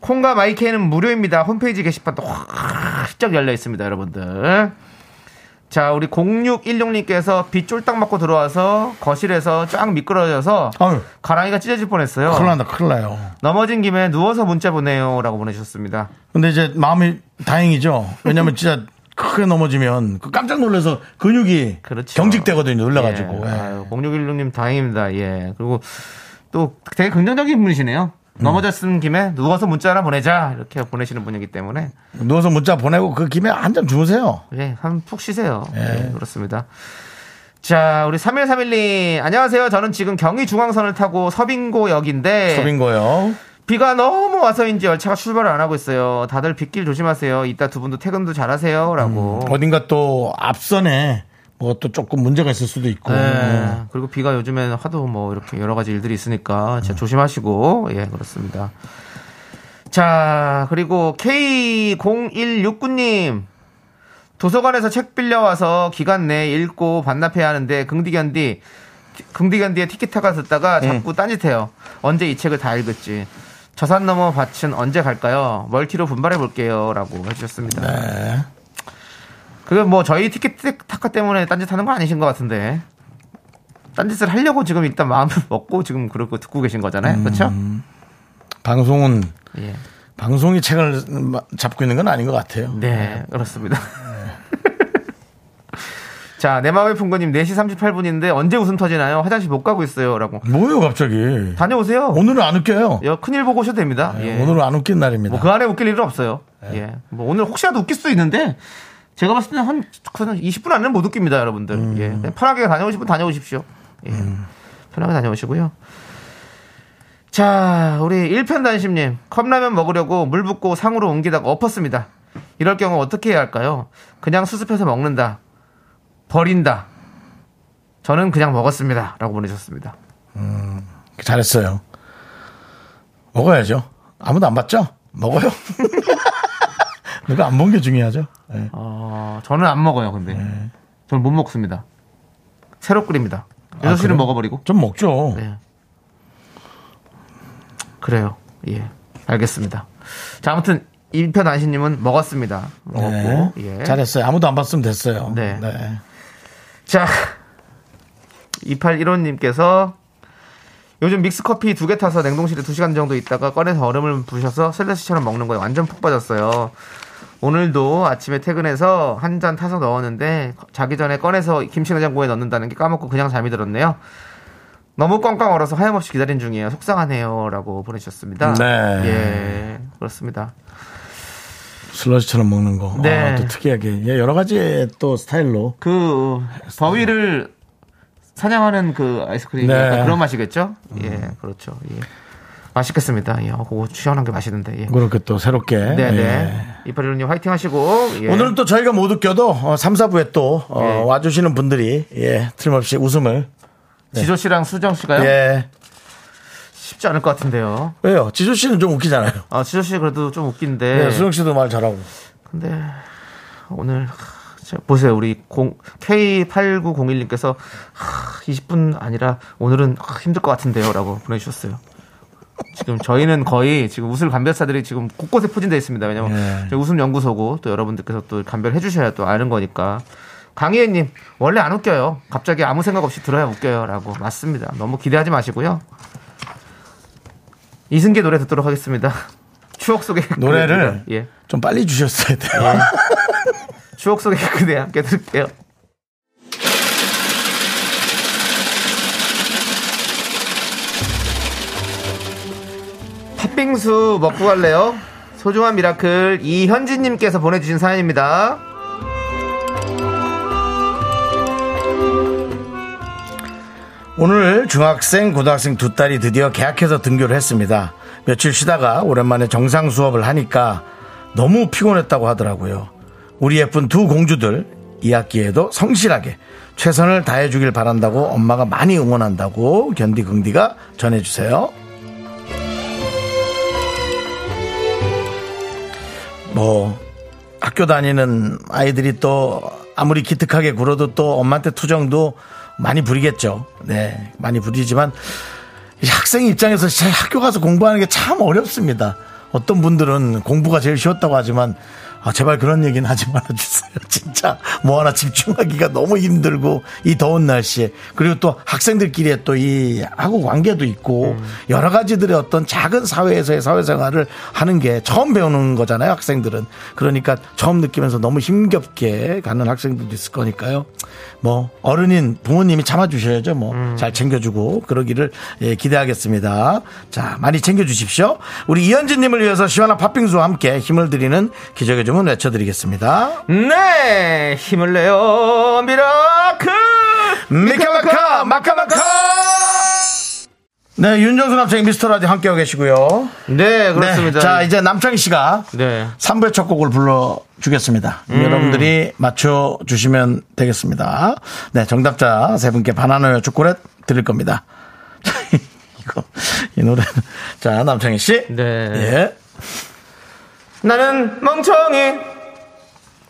S2: 콩과 마이케이는 무료입니다. 홈페이지 게시판도 확짝 열려 있습니다, 여러분들. 자, 우리 0616님께서 비 쫄딱 맞고 들어와서 거실에서 쫙 미끄러져서
S1: 아유.
S2: 가랑이가 찢어질 뻔했어요.
S1: 큰일 난다, 큰일 나요.
S2: 넘어진 김에 누워서 문자 보내요 라고 보내주셨습니다.
S1: 근데 이제 마음이 다행이죠. 왜냐면 진짜 크게 넘어지면 그 깜짝 놀라서 근육이
S2: 그렇죠.
S1: 경직되거든요. 놀라가지고.
S2: 예.
S1: 예.
S2: 아유, 0616님 다행입니다. 예. 그리고 또 되게 긍정적인 분이시네요.
S1: 음.
S2: 넘어졌은 김에 누워서 문자 하나 보내자 이렇게 보내시는 분이기 때문에
S1: 누워서 문자 보내고 그 김에 한 잔 주무세요.
S2: 예, 한 푹 쉬세요. 예, 그렇습니다. 자, 우리 3131님 안녕하세요. 저는 지금 경의 중앙선을 타고 서빙고역인데
S1: 서빙고요.
S2: 비가 너무 와서인지 열차가 출발을 안 하고 있어요. 다들 빗길 조심하세요. 이따 두 분도 퇴근도 잘하세요라고.
S1: 어딘가 또 앞선에 뭐 또 조금 문제가 있을 수도 있고. 예.
S2: 네. 그리고 비가 요즘에는 하도 뭐 이렇게 여러 가지 일들이 있으니까 진짜 조심하시고 예 그렇습니다. 자 그리고 K0169님 도서관에서 책 빌려와서 기간 내 읽고 반납해야 하는데 긍디견디 긍디견디의 티키타카 듣다가 자꾸 딴짓해요. 언제 이 책을 다 읽었지? 저산 넘어 밭은 언제 갈까요? 멀티로 분발해 볼게요라고 해주셨습니다. 그게 뭐 저희 티켓타카 때문에 딴짓하는 거 아니신 것 같은데 딴짓을 하려고 지금 일단 마음을 먹고 지금 그러고 듣고 계신 거잖아요,
S1: 음.
S2: 그렇죠?
S1: 방송은
S2: 예,
S1: 방송이 책을 마- 잡고 있는 건 아닌 것 같아요.
S2: 네 그렇습니다. 자, 내 마음의 풍거님 4시 38분인데 언제 웃음 터지나요? 화장실 못 가고 있어요라고
S1: 뭐예요, 갑자기?
S2: 다녀오세요.
S1: 오늘은 안 웃겨요.
S2: 여, 큰일 보고 오셔도 됩니다. 예.
S1: 어? 아, 오늘은 안 웃긴 날입니다. 네.
S2: 뭐 그 안에 웃길 일은 없어요. 예, 뭐 오늘 혹시라도 웃길 수도 있는데. 제가 봤을 때는 한, 그냥 20분 안에는 못 웃깁니다, 여러분들.
S1: 음.
S2: 예. 그냥 편하게 다녀오실 분 다녀오십시오. 예. 편하게 다녀오시고요. 자, 우리 1편단심님. 컵라면 먹으려고 물 붓고 상으로 옮기다가 엎었습니다. 이럴 경우 어떻게 해야 할까요? 그냥 수습해서 먹는다. 버린다. 저는 그냥 먹었습니다. 라고 보내셨습니다.
S1: 잘했어요. 먹어야죠. 아무도 안 봤죠? 먹어요. 누가 안 본 게 중요하죠. 예.
S2: 어, 저는 안 먹어요, 근데.
S1: 네.
S2: 저는 못 먹습니다. 새로 끓입니다.
S1: 아,
S2: 여섯 시는
S1: 그래요?
S2: 먹어버리고.
S1: 좀 먹죠.
S2: 네. 그래요. 예. 알겠습니다. 자, 아무튼, 이편 안신님은 먹었습니다.
S1: 네.
S2: 먹었고. 예.
S1: 잘했어요. 아무도 안 봤으면 됐어요.
S2: 네. 자, 281호님께서 요즘 믹스커피 두 개 타서 냉동실에 두 시간 정도 있다가 꺼내서 얼음을 부셔서 샐러시처럼 먹는 거에 완전 푹 빠졌어요. 오늘도 아침에 퇴근해서 한 잔 타서 넣었는데 자기 전에 꺼내서 김치냉장고에 넣는다는 게 까먹고 그냥 잠이 들었네요. 너무 꽝꽝 얼어서 하염없이 기다린 중이에요. 속상하네요라고 보내주셨습니다.
S1: 네.
S2: 예, 그렇습니다.
S1: 슬러시처럼 먹는 거.
S2: 네.
S1: 아, 또 특이하게. 예, 여러 가지 또 스타일로.
S2: 그 더위를 사냥하는 그 아이스크림
S1: 네.
S2: 약간 그런 맛이겠죠? 예, 그렇죠. 예. 맛있겠습니다. 예, 어, 그거 시원한 게 맛있는데. 예.
S1: 그렇게 또 새롭게.
S2: 네,
S1: 예.
S2: 네. 이파리로님 화이팅 하시고. 예.
S1: 오늘은 또 저희가 못 웃겨도 어, 3, 4부에 또 어,
S2: 예.
S1: 와주시는 분들이 예, 틀림없이 웃음을
S2: 지조 씨랑 수정 씨가요?
S1: 예.
S2: 쉽지 않을 것 같은데요.
S1: 왜요? 지조 씨는 좀 웃기잖아요.
S2: 아, 지조 씨 그래도 좀 웃긴데.
S1: 예, 수정 씨도 말 잘하고.
S2: 근데 네. 오늘 하, 자, 보세요. 우리 공, K8901님께서 20분 아니라 오늘은 하, 힘들 것 같은데요라고 보내주셨어요. 지금 저희는 거의 지금 웃을 간별사들이 지금 곳곳에 포진되어 있습니다. 왜냐면
S1: 예.
S2: 저희 웃음 연구소고 또 여러분들께서 또 간별해 주셔야 또 아는 거니까. 강희애님 원래 안 웃겨요. 갑자기 아무 생각 없이 들어야 웃겨요라고 맞습니다. 너무 기대하지 마시고요. 이승기 노래 듣도록 하겠습니다. 추억 속의
S1: 노래를
S2: 그대입니다. 예.
S1: 좀 빨리 주셨어야 돼요.
S2: 추억 속의 그대 함께 들을게요. 팥빙수 먹고 갈래요? 소중한 미라클 이현진님께서 보내주신 사연입니다.
S1: 오늘 중학생, 고등학생 두 딸이 드디어 계약해서 등교를 했습니다. 며칠 쉬다가 오랜만에 정상 수업을 하니까 너무 피곤했다고 하더라고요. 우리 예쁜 두 공주들 이 학기에도 성실하게 최선을 다해주길 바란다고 엄마가 많이 응원한다고 견디 긍디가 전해주세요. 뭐 학교 다니는 아이들이 또 아무리 기특하게 굴어도 또 엄마한테 투정도 많이 부리겠죠. 네, 많이 부리지만 이 학생 입장에서 진짜 학교 가서 공부하는 게 참 어렵습니다. 어떤 분들은 공부가 제일 쉬웠다고 하지만 아, 제발 그런 얘기는 하지 말아주세요. 진짜 뭐 하나 집중하기가 너무 힘들고 이 더운 날씨에 그리고 또 학생들끼리의 또 이 하고 관계도 있고 여러 가지들의 어떤 작은 사회에서의 사회생활을 하는 게 처음 배우는 거잖아요. 학생들은 그러니까 처음 느끼면서 너무 힘겹게 가는 학생들도 있을 거니까요. 뭐 어른인 부모님이 참아주셔야죠. 뭐
S2: 음.
S1: 잘 챙겨주고 그러기를 예, 기대하겠습니다. 자 많이 챙겨주십시오. 우리 이현진님을 위해서 시원한 팥빙수와 함께 힘을 드리는 기적의 주문 외쳐드리겠습니다.
S2: 네, 힘을 내요, 미라클!
S1: 미카마카 마카마카. 네 윤정수 남창희 미스터 라디 오 함께하고 계시고요.
S2: 네, 그렇습니다.
S1: 네, 자 이제 남창희 씨가
S2: 네.
S1: 3부의 첫 곡을 불러주겠습니다.
S2: 음.
S1: 여러분들이 맞춰주시면 되겠습니다. 네, 정답자 세 분께 바나나우유 초콜릿 드릴 겁니다. 이거, 이 노래는. 자, 남창희 씨.
S2: 네.
S1: 예.
S2: 나는 멍청이.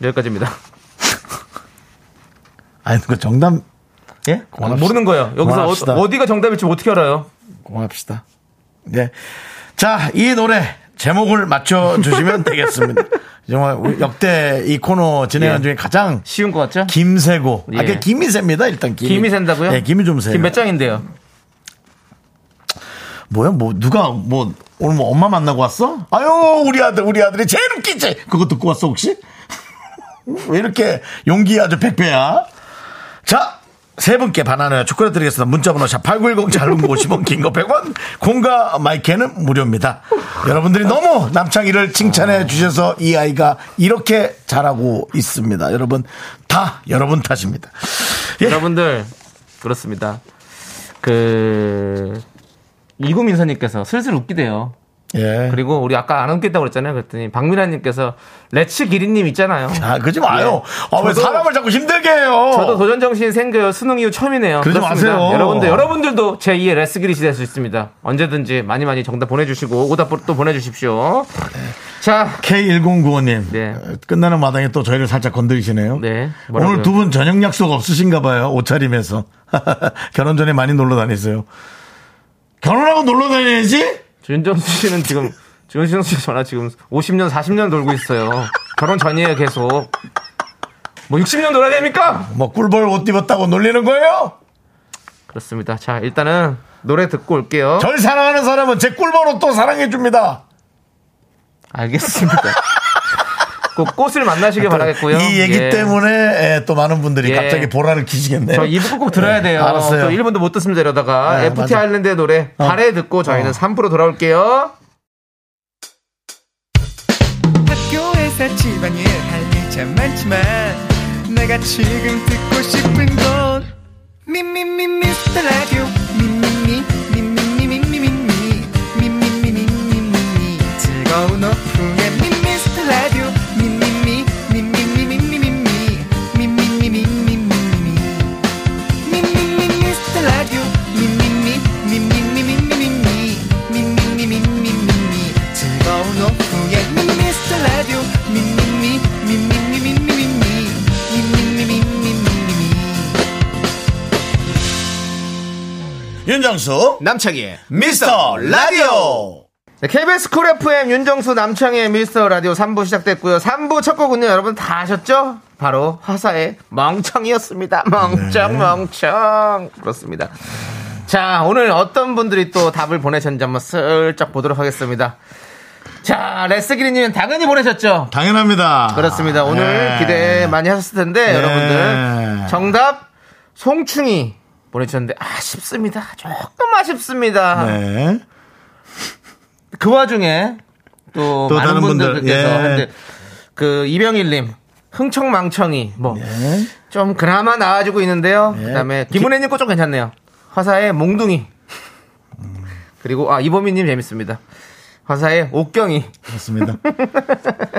S2: 여기까지입니다.
S1: 아니, 그 정답. 예?
S2: 아,
S1: 고맙습니다.
S2: 모르는 거예요. 여기서
S1: 고맙습니다.
S2: 어, 디가 정답일지 어떻게 알아요?
S1: 고맙시다. 네. 자, 이 노래 제목을 맞춰주시면 되겠습니다. 정말 우리 역대 이 코너 진행한
S2: 예.
S1: 중에 가장
S2: 쉬운 것 같죠?
S1: 김새고. 아,
S2: 예.
S1: 그 김이 셉니다, 일단. 김이,
S2: 김이 센다고요?
S1: 네, 김이 좀 세요.
S2: 김 몇 장인데요?
S1: 뭐야, 뭐, 누가, 뭐, 오늘 뭐 엄마 만나고 왔어? 아유, 우리 아들, 우리 아들이 제일 웃기지? 그거 듣고 왔어, 혹시? 왜 이렇게 용기 아주 백배야? 자, 세 분께 바나나 초콜릿 드리겠습니다. 문자번호 샵8910 짧은 거 50원, 긴 거 100원, 공과 마이크는 무료입니다. 여러분들이 너무 남창희를 칭찬해 주셔서 이 아이가 이렇게 잘하고 있습니다. 여러분, 다 여러분 탓입니다. 예,
S2: 여러분들, 그렇습니다. 그, 이구민서님께서 슬슬 웃기대요.
S1: 예.
S2: 그리고 우리 아까 안 웃겠다고 그랬잖아요. 그랬더니 박미라님께서 레츠 기린님 있잖아요.
S1: 아, 그러지 마요. 아, 왜
S2: 예. 저도-
S1: 사람을 자꾸 힘들게 해요?
S2: 저도 도전 정신 생겨요. 수능 이후 처음이네요.
S1: 그러지
S2: 그렇습니다.
S1: 마세요.
S2: 여러분들, 여러분들도 제 2의 레스기리시 될 수 있습니다. 언제든지 많이 많이 정답 보내주시고 오답 또 보내주십시오.
S1: 아, 네.
S2: 자,
S1: K1095님. 어,
S2: 네.
S1: 끝나는 마당에 또 저희를 살짝 건드리시네요.
S2: 네, 뭐라고요?
S1: 오늘 두 분 저녁 약속 없으신가 봐요. 옷차림에서. 결혼 전에 많이 놀러 다니세요. 결혼하고 놀러 다녀야지?
S2: 윤정수 씨는 지금 윤정수 씨 전화 지금 50년, 40년 돌고 있어요. 결혼 전이에요, 계속. 뭐 60년 놀아야 됩니까?
S1: 뭐 꿀벌 옷 입었다고 놀리는 거예요?
S2: 그렇습니다. 자, 일단은 노래 듣고 올게요.
S1: 절 사랑하는 사람은 제 꿀벌 옷도 사랑해줍니다.
S2: 알겠습니다. 꼭 꽃을 만나시길 바라겠고요.
S1: 아, 이 얘기
S2: 예.
S1: 때문에 예, 또 많은 분들이
S2: 예.
S1: 갑자기 보라를 키시겠네요.
S2: 저 2부 꼭 들어야 돼요.
S1: 네, 알았어요.
S2: 저 1분도 못 듣습니다, 이러다가.
S1: 네,
S2: FT
S1: 맞아.
S2: 아일랜드의 노래,
S1: 어.
S2: 발에 듣고 저희는
S1: 어.
S2: 3부로 돌아올게요.
S5: 학교에서 집안일 할 일 참 많지만 내가 지금 듣고 싶은 건 미미미 미스터 라디오 미미미 미미미 미미미 미미미 미미미 즐거운 오후에 미스터 라디오 미미미 미미미 미미미 미미미 미미미 미미미 미스터 라디오 미미미 미미미 미미미 미미미 미미미 즐거운 오후에 미스터 라디오 미미미 미미미 미미미 미미미 미미미
S1: 윤정수,
S2: 남창희의
S1: 미스터 라디오!
S2: 네, KBS 쿨 FM 윤정수 남창희의 미스터 라디오 3부 시작됐고요. 3부 첫 곡은요, 여러분 다 아셨죠? 바로 화사의 멍청이었습니다.
S1: 네.
S2: 멍청, 멍청. 그렇습니다. 자, 오늘 어떤 분들이 또 답을 보내셨는지 한번 슬쩍 보도록 하겠습니다. 자, 레스기리님 당연히 보내셨죠?
S1: 당연합니다.
S2: 그렇습니다. 오늘
S1: 네.
S2: 기대 많이 하셨을 텐데
S1: 네.
S2: 여러분들 정답 송충이 보내주셨는데 아쉽습니다. 조금 아쉽습니다.
S1: 네.
S2: 그 와중에 또,
S1: 또
S2: 많은
S1: 다른 분들,
S2: 분들께서
S1: 예.
S2: 근데 그 이병일님 흥청망청이 뭐 좀
S1: 네.
S2: 그나마 나아지고 있는데요.
S1: 예.
S2: 그다음에 김은혜님 거좀 괜찮네요. 화사의 몽둥이. 그리고 아 이보미님 재밌습니다. 화사의 옥경이.
S1: 그렇습니다.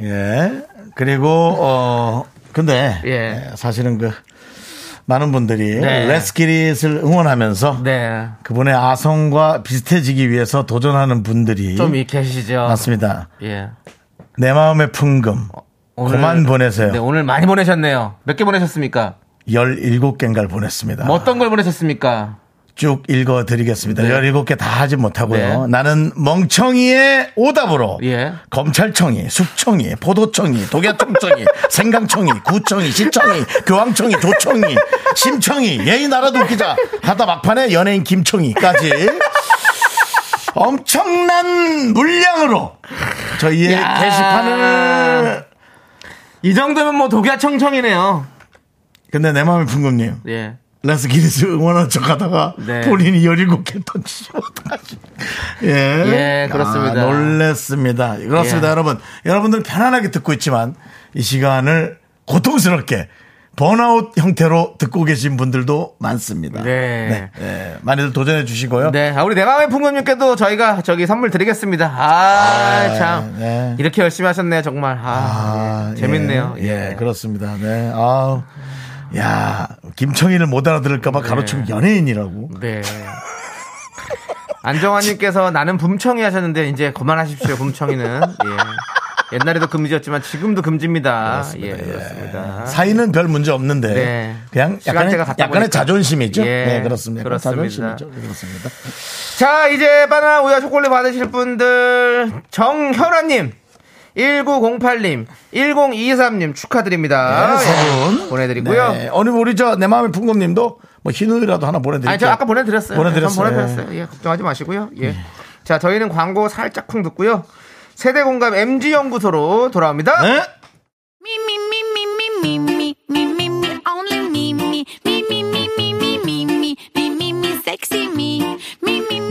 S1: 예. 그리고 어 근데
S2: 예.
S1: 예, 사실은 그 많은 분들이
S2: 네.
S1: 레스키릿을 응원하면서
S2: 네.
S1: 그분의 아성과 비슷해지기 위해서 도전하는 분들이
S2: 좀 계시죠.
S1: 예? 맞습니다.
S2: 예.
S1: 내 마음의 풍금
S2: 어.
S1: 그만 보내세요.
S2: 네, 오늘 많이 보내셨네요. 몇 개 보내셨습니까?
S1: 17개인가를 보냈습니다.
S2: 뭐 어떤 걸 보내셨습니까?
S1: 쭉 읽어드리겠습니다.
S2: 네.
S1: 17개 다 하지 못하고요.
S2: 네.
S1: 나는 멍청이의 오답으로
S2: 예.
S1: 검찰청이, 숙청이, 포도청이, 독야청청이, 생강청이, 구청이, 시청이, 교황청이, 조청이, 심청이, 예의 나라도 웃기자 하다 막판에 연예인 김청이까지 엄청난 물량으로 저희의
S2: 야.
S1: 게시판을
S2: 이 정도면 뭐 독야청청이네요.
S1: 근데 내 마음의 풍금님
S2: 예.
S1: 라스 기리스 응원하는 척 하다가
S2: 네.
S1: 본인이 17개 던지지 못하시. 예.
S2: 예, 그렇습니다.
S1: 아, 놀랬습니다. 그렇습니다,
S2: 예.
S1: 여러분. 여러분들 편안하게 듣고 있지만 이 시간을 고통스럽게 번아웃 형태로 듣고 계신 분들도 많습니다.
S2: 네.
S1: 예, 많이들 도전해 주시고요.
S2: 네, 아, 우리 내 마음의 풍금님께도 저희가 저기 선물 드리겠습니다. 아,
S1: 아,
S2: 참.
S1: 네.
S2: 이렇게 열심히 하셨네요, 정말. 아,
S1: 아,
S2: 예. 재밌네요.
S1: 예, 그렇습니다. 네. 아 야, 김청희를 못 알아들을까봐 가로치고 연예인이라고.
S2: 네. 안정환님께서 나는 붐청이 하셨는데 이제 그만하십시오 붐청이는 예. 옛날에도 금지였지만 지금도 금지입니다. 예, 그렇습니다.
S1: 사이는 별 문제 없는데
S2: 네.
S1: 그냥 약간의,
S2: 시간대가 같다
S1: 약간의
S2: 보니까.
S1: 자존심이죠.
S2: 예,
S1: 네 그렇습니다. 약간
S2: 그렇습니다.
S1: 자존심이죠. 네, 그렇습니다.
S2: 자, 이제 바나나 우유 초콜릿 받으실 분들 정현아님, 1908님, 1023님 축하드립니다.
S1: 네, 세 분.
S2: 아, 예. 보내드리고요.
S1: 네. 어느 우리 저 내 마음의 풍금님도 뭐 흰 우유라도 하나 보내드릴게요.
S2: 아니, 저 아까 보내드렸어요.
S1: 보내드렸어요.
S2: 전 보내드렸어요. 예, 걱정하지 마시고요. 예. 자, 저희는 광고 살짝 쿵 듣고요. 세대 공감 MG 연구소로 돌아옵니다.
S1: 네?
S4: Me, me, me, me, me, me, me, me, me, me, only me, me, me, me, me, me, me, me, me, me, me, me, sexy me, me, me, me.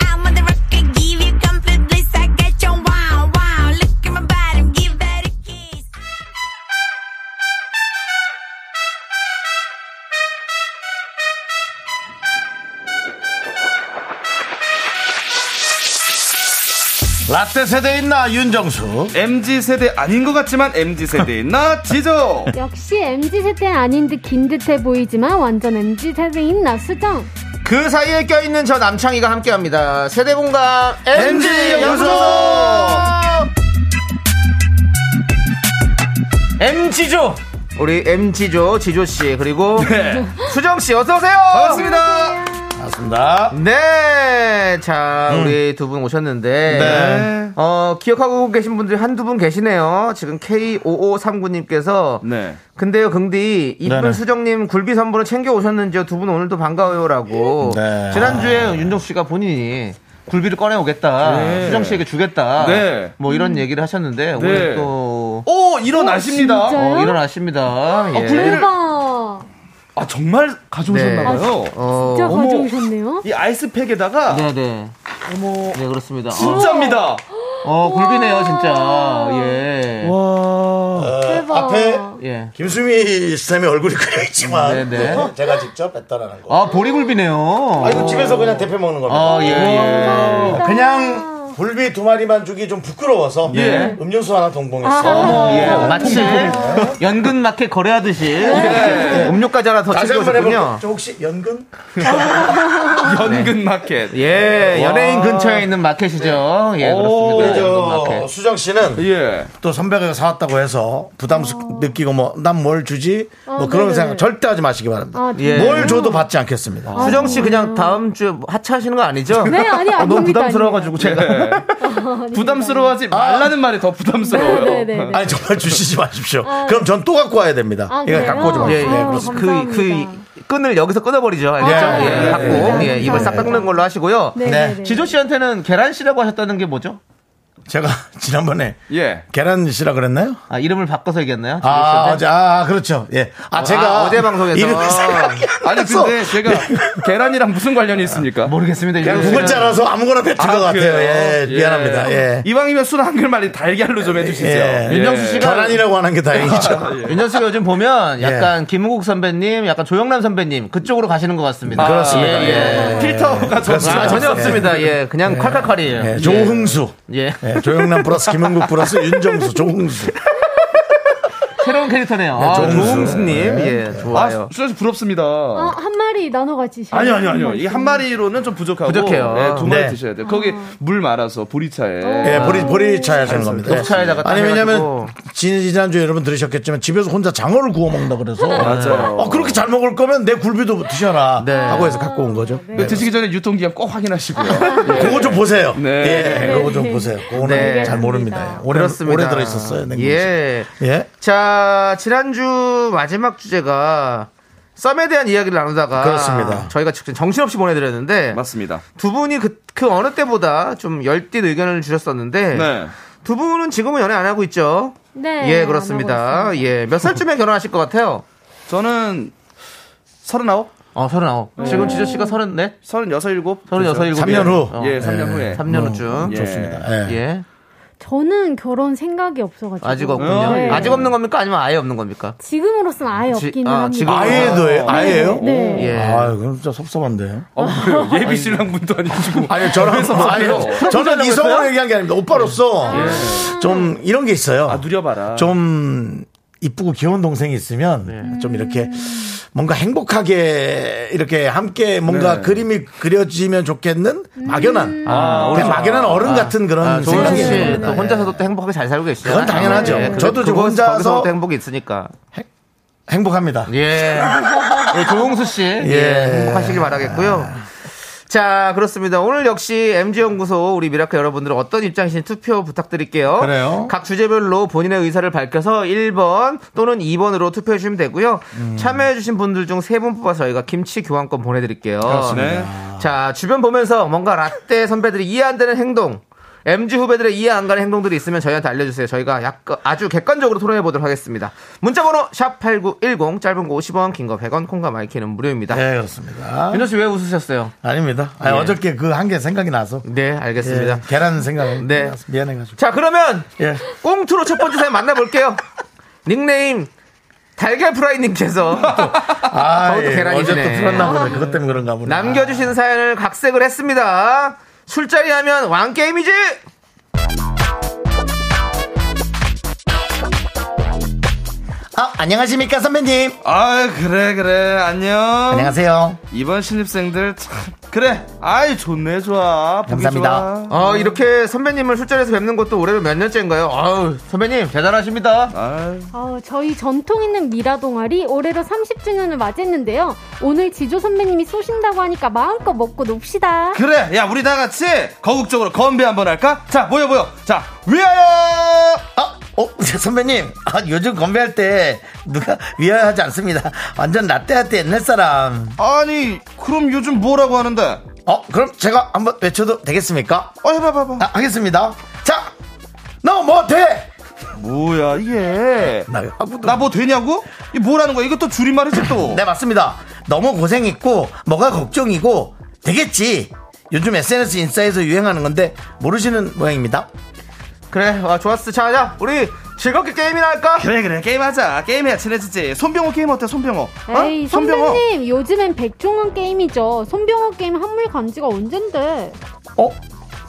S4: I'm on the rocket, give you complete bliss. I get your wow, wow. Look at my bottom, give that a kiss.
S1: 라떼 세대 있나 윤정수
S2: MZ세대 아닌 것 같지만 MZ세대에 나 지조
S6: 역시 MZ 세대 아닌 듯 긴 듯해 보이지만 완전 MZ 세대인 나수정.
S2: 그 사이에 껴있는 저 남창희가 함께합니다 세대공감 MZ 연구소 MZ조 우리 MZ조 지조씨 그리고 수정씨 어서오세요 네. 반갑습니다
S1: 맞습니다
S2: 네, 자 우리 두 분 오셨는데
S1: 네.
S2: 어 기억하고 계신 분들이 한두 분 계시네요. 지금 K5539님께서
S7: 네.
S2: 근데요, 긍디 이쁜
S1: 네네.
S2: 수정님 굴비 선물을 챙겨 오셨는지요? 두 분 오늘도 반가워요라고
S1: 네.
S2: 지난주에 윤정수 씨가 본인이 굴비를 꺼내 오겠다, 수정 씨에게 주겠다,
S7: 네. 어?
S2: 뭐 이런 얘기를 하셨는데 오늘 또
S7: 오, 일어나십니다.
S6: 진짜?
S2: 어, 일어나십니다. 예. 네.
S6: 대박.
S7: 아, 정말 가져오셨나봐요.
S2: 어,
S6: 진짜
S7: 어머.
S6: 가져오셨네요.
S7: 이 아, 아이스팩에다가
S2: 네네.
S7: 어머
S2: 네 그렇습니다. 어.
S7: 진짜입니다.
S2: 어, 굴비네요, 진짜. 예.
S7: 와.
S6: 대박.
S1: 어, 앞에
S2: 예.
S1: 김수미 쌤의 얼굴이 그려있지만
S2: 네, 네.
S1: 제가 직접 뱉다라는 거.
S2: 아, 보리굴비네요.
S1: 아 이거 집에서 그냥 대표 먹는 겁니다.
S2: 아, 예, 예.
S1: 아, 그냥 굴비 두 마리만 주기 좀 부끄러워서
S2: 예.
S1: 음료수 하나 동봉했어요. 네.
S6: 아하.
S2: 예, 마치 연근 마켓 거래하듯이 예. 음료까지 하나 더
S1: 다시 한번 네. 해볼게요.
S2: 챙겨오셨군요.
S1: 저 혹시 연근?
S7: 연근 마켓.
S1: 네.
S2: 예, 연예인 근처에 있는 마켓이죠. 예, 그렇습니다. 연근
S1: 저
S2: 마켓.
S1: 수정 씨는
S7: 예.
S1: 또 선배가 사왔다고 해서 부담 느끼고 뭐 난 뭘 주지 뭐 그런
S6: 어. 네네네.
S1: 생각 절대 하지 마시기 바랍니다.
S6: 아,
S2: 예. 아,
S1: 뭘 줘도 받지 않겠습니다.
S2: 수정 씨 그냥 다음 주에 하차하시는 거 아니죠?
S6: 네, 아니,
S2: 아, 너무
S6: 아닙니다, 네.
S2: 부담스러워가지고 제가.
S7: 부담스러워하지 말라는 말이 더 부담스러워요.
S6: 네, 네, 네.
S1: 아니 정말 주시지 마십시오.
S6: 아.
S1: 그럼 전 또 갖고 와야 됩니다.
S6: 아,
S1: 이거
S6: 그래요?
S1: 갖고 오지 마세요.
S2: 어. 예, 예.
S6: 아유,
S2: 그렇습니다. 그,
S6: 감사합니다.
S2: 그 끈을 여기서 끊어버리죠.
S1: 아,
S2: 알겠죠?
S1: 예,
S2: 예,
S1: 예,
S2: 받고
S1: 예,
S2: 예, 입을 싹 닦는 걸로 하시고요.
S6: 네,
S1: 네.
S6: 네, 네.
S2: 지조 씨한테는 계란 씨라고 하셨다는 게 뭐죠?
S1: 제가 지난번에
S7: 예.
S1: 계란이시라 그랬나요?
S2: 아, 이름을 바꿔서 얘기했나요? 지조
S1: 아,
S2: 씨한테?
S1: 어제, 아, 그렇죠. 예. 아, 제가.
S2: 어제 방송에서.
S1: 이름이 생각이 안
S7: 아니
S1: 나서
S7: 근데 제가 계란이랑 무슨 관련이 있습니까?
S2: 모르겠습니다.
S1: 그냥
S2: 이름을.
S1: 두 글자라서 아무거나 뱉은 것 같아요. 예,
S7: 그래요?
S1: 미안합니다. 예.
S7: 이왕이면 순한 한글말이 달걀로 좀 해주시죠.
S1: 예.
S2: 윤정수 씨가-
S1: 계란이라고 하는 게 다행이죠.
S2: 예. 윤정수 가 요즘 보면
S1: 예.
S2: 약간 김은국 선배님, 약간 조영남 선배님 그쪽으로 가시는 것 같습니다.
S1: 그렇습니다.
S2: 예, 예.
S7: 필터가 좀
S1: 그렇습니다.
S2: 아, 전혀
S1: 예.
S2: 없습니다. 예, 그냥 칼칼칼이에요.
S1: 예,
S2: 예.
S1: 조흥수.
S2: 예.
S1: 예, 조영남 플러스 김은국 플러스 윤정수, 조흥수.
S2: 새로운 캐릭터네요. 아,
S1: 조흥수.
S2: 조흥수님, 예,
S7: 아,
S2: 좋아요.
S7: 진짜 부럽습니다.
S6: 아, 한 마리 나눠 가지시죠.
S7: 아니요, 아니요, 아니요. 이 한 마리로는 좀 부족하고.
S2: 부족해요. 아,
S7: 네, 두 마리
S1: 네.
S7: 드셔야 돼요. 거기 물 말아서 보리차에.
S1: 예, 보리, 보리차에 하시는 겁니다. 예.
S2: 녹차에다가
S1: 아니,
S2: 딱
S1: 왜냐면,
S2: 해가지고.
S1: 지- 지난주에 여러분 들으셨겠지만, 집에서 혼자 장어를 구워 먹는다 그래서.
S7: 맞아요.
S1: 어, 그렇게 잘 먹을 거면 내 굴비도 드셔라.
S2: 네.
S1: 하고 해서 갖고 온 거죠.
S7: 이거 드시기 전에 유통기한 꼭 확인하시고요.
S1: 그거 좀 보세요.
S7: 네.
S1: 예, 그거 좀 보세요. 그거는
S2: 네.
S1: 잘 모릅니다. 오래, 오래 들어있었어요. 냉동실.
S2: 예.
S1: 예.
S2: 자, 지난주 마지막 주제가 썸에 대한 이야기를 나누다가
S1: 그렇습니다.
S2: 저희가 직접 정신없이 보내드렸는데
S7: 맞습니다.
S2: 두 분이 그, 그 어느 때보다 좀 열띤 의견을 주셨었는데
S7: 네.
S2: 두 분은 지금은 연애 안 하고 있죠?
S6: 네.
S2: 예,
S6: 안
S2: 그렇습니다.
S6: 하고 있습니다.
S2: 예, 몇 살쯤에 결혼하실 것 같아요?
S7: 저는 39?
S2: 어, 서른아홉.
S6: 네.
S2: 지금 지조 씨가 서른넷,
S7: 36, 7.
S2: 서른여섯, 일곱.
S1: 그렇죠.
S2: 어,
S1: 삼 년 후.
S7: 예, 3년 후에.
S2: 3년 후쯤.
S7: 예.
S1: 좋습니다. 예.
S2: 예.
S6: 저는 결혼 생각이 없어 가지고. 네.
S2: 아직 없군요.
S7: 어, 예.
S2: 아직 없는 겁니까? 아니면 아예 없는 겁니까?
S6: 지금으로서는 아예
S2: 지-
S6: 없기는
S2: 아,
S6: 합니다.
S2: 지금-
S1: 아예도, 해- 아예예요?
S6: 네.
S2: 예.
S1: 아, 그럼 진짜 섭섭한데.
S7: 어, 그래요. 예비 신랑 분도 아니시고.
S1: 아니, 저는, 아니, 저는 이성으로 얘기한 게 네. 아닙니다. 오빠로서 좀 이런 게 있어요.
S7: 아, 누려봐라.
S1: 좀 이쁘고 귀여운 동생이
S7: 네.
S1: 있으면 좀 이렇게 뭔가 행복하게 이렇게 함께 뭔가
S7: 네.
S1: 그림이 그려지면 좋겠는 막연한 그냥
S2: 아, 오른쪽.
S1: 막연한 음. 어른 같은 그런
S2: 아, 조은
S1: 생각이
S2: 씨,
S1: 있습니다.
S2: 또 혼자서도 또 행복하게 잘 살고 계시죠. 예,
S1: 그건 당연하죠. 저도 지금 혼자서-
S2: 거기서도 행복이 있으니까.
S1: 행복합니다.
S2: 예. 예, 조홍수 씨. 예. 행복하시길 바라겠고요. 자, 그렇습니다. 오늘 역시 MG연구소 우리 미라클 여러분들은 어떤 입장이신지 투표 부탁드릴게요.
S1: 그래요?
S2: 각 주제별로 본인의 의사를 밝혀서 1번 또는 2번으로 투표해주시면 되고요.
S1: 음.
S2: 참여해주신 분들 중 3분 뽑아서 저희가 김치 교환권 보내드릴게요.
S7: 네.
S2: 자, 주변 보면서 뭔가 라떼 선배들이 이해 안 되는 행동, MG 후배들의 이해 안 가는 행동들이 있으면 저희한테 알려주세요. 저희가 약간, 아주 객관적으로 토론해 보도록 하겠습니다. 문자번호 샵8910, 짧은 거 50원, 긴 거 100원, 콩과 마이키는
S7: 예,
S2: 무료입니다.
S1: 네, 그렇습니다.
S2: 윤호 씨왜 웃으셨어요?
S1: 아닙니다. 아니,
S2: 예.
S1: 어저께 그 한 개 생각이 나서.
S2: 네, 알겠습니다.
S1: 예, 계란 생각이
S2: 네.
S1: 나서 미안해가지고.
S2: 자, 그러면
S1: 예.
S2: 꽁트로 첫 번째 사연 만나볼게요. 닉네임 달걀 프라이님께서
S1: 아,
S2: 저도 계란이네.
S1: 어제 또 풀었나 보네. 그것 때문에 그런가 보네.
S2: 남겨주신 사연을 각색을 했습니다. 술자리 하면 왕게임이지!
S1: 아, 안녕하십니까, 선배님.
S7: 아, 그래, 그래. 안녕.
S1: 안녕하세요.
S7: 이번 신입생들 참 그래 아이 좋네 좋아 보기
S1: 감사합니다.
S7: 좋아.
S2: 아, 이렇게 선배님을 술자리에서 뵙는 것도 올해로 몇 년째인가요? 아우, 선배님, 대단하십니다.
S7: 아유,
S6: 어, 저희 전통 있는 미라 동아리 올해로 30주년을 맞이했는데요. 오늘 지조 선배님이 쏘신다고 하니까 마음껏 먹고 놉시다.
S7: 그래 야 우리 다 같이 거국적으로 건배 한번 할까 자 모여 모여 자 위하여
S1: 아, 어, 선배님. 아, 요즘 건배할 때 누가 위하하지 않습니다. 완전 라떼라떼 옛날 사람.
S7: 아니 그럼 요즘 뭐라고 하는데 어
S1: 어, 그럼 제가 한번 외쳐도 되겠습니까?
S7: 해봐 봐봐
S1: 아, 하겠습니다. 자, 너 뭐 돼?
S7: 뭐야 이게
S1: 나, 아, 뭐,
S7: 나 뭐 되냐고 이 뭐라는 거야 이것도 줄임말이지 또
S1: 네, 맞습니다. 너무 고생했고, 뭐가 걱정이고, 되겠지. 요즘 SNS 인싸에서 유행하는 건데, 모르시는 모양입니다.
S2: 그래, 아, 좋았어. 자, 자, 우리 즐겁게 게임이나 할까?
S7: 그래 그래 게임하자 게임해야 친해지지 손병호 게임 어때 손병호 어?
S6: 에이 선배님 요즘엔 백종원 게임이죠. 손병호 게임 한물 감지가 언젠데?
S1: 어?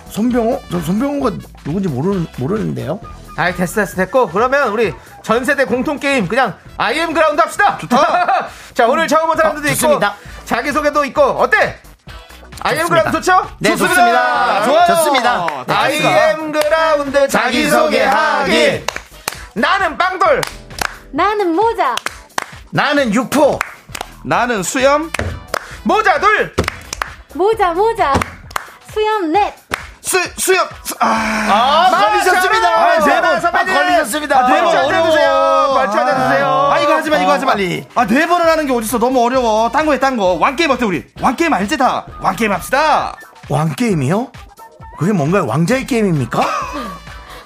S1: 손병호? 저 손병호가 누군지 모르는, 모르는데요?
S2: 아이, 됐어, 됐어, 됐고. 그러면 우리 전 세대 공통 게임, 그냥, 아이엠 그라운드 합시다. 좋다. 자, 오늘 처음 온 사람들도
S1: 어,
S2: 있고,
S1: 좋습니다.
S2: 자기소개도 있고, 어때? 아이엠 그라운드 좋죠?
S1: 네, 좋습니다.
S2: 좋아요.
S1: 좋습니다. 네,
S2: 아이엠 그라운드 자기소개하기.
S1: 자기소개하기.
S2: 나는 빵돌.
S6: 나는 모자.
S1: 나는 육포.
S7: 나는 수염
S2: 모자 둘.
S6: 모자 모자. 수염 넷.
S7: 수, 수염 수, 아,
S2: 아,
S1: 걸리셨습니다.
S2: 아, 제발
S1: 아,
S2: 선배님.
S1: 걸리셨습니다.
S2: 아, 대본
S1: 발차
S2: 안 해주세요. 발차 안 해주세요.
S7: 아 이거 하지마 이거 하지마
S1: 빨리.
S7: 아네 번을 하는 게 어딨어 너무 어려워 딴 거해 딴거 왕게임 어때 우리 왕게임 알지 다 왕게임 합시다
S1: 왕게임이요? 그게 뭔가요? 왕자의 게임입니까?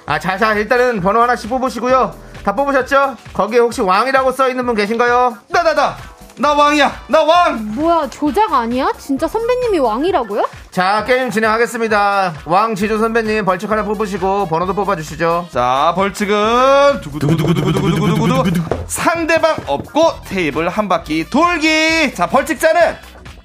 S2: 아, 자, 자, 일단은 번호 하나씩 뽑으시고요. 다 뽑으셨죠? 거기에 혹시 왕이라고 써 있는 분 계신가요?
S7: 나 나 나 나 왕이야 나 왕
S6: 뭐야 조작 아니야? 진짜 선배님이 왕이라고요?
S2: 자, 게임 진행하겠습니다. 왕 지조 선배님 벌칙 하나 뽑으시고 번호도 뽑아주시죠.
S7: 자, 벌칙은 두구두구두구두구두구두구두구 상대방 업고 테이블 한 바퀴 돌기. 자, 벌칙자는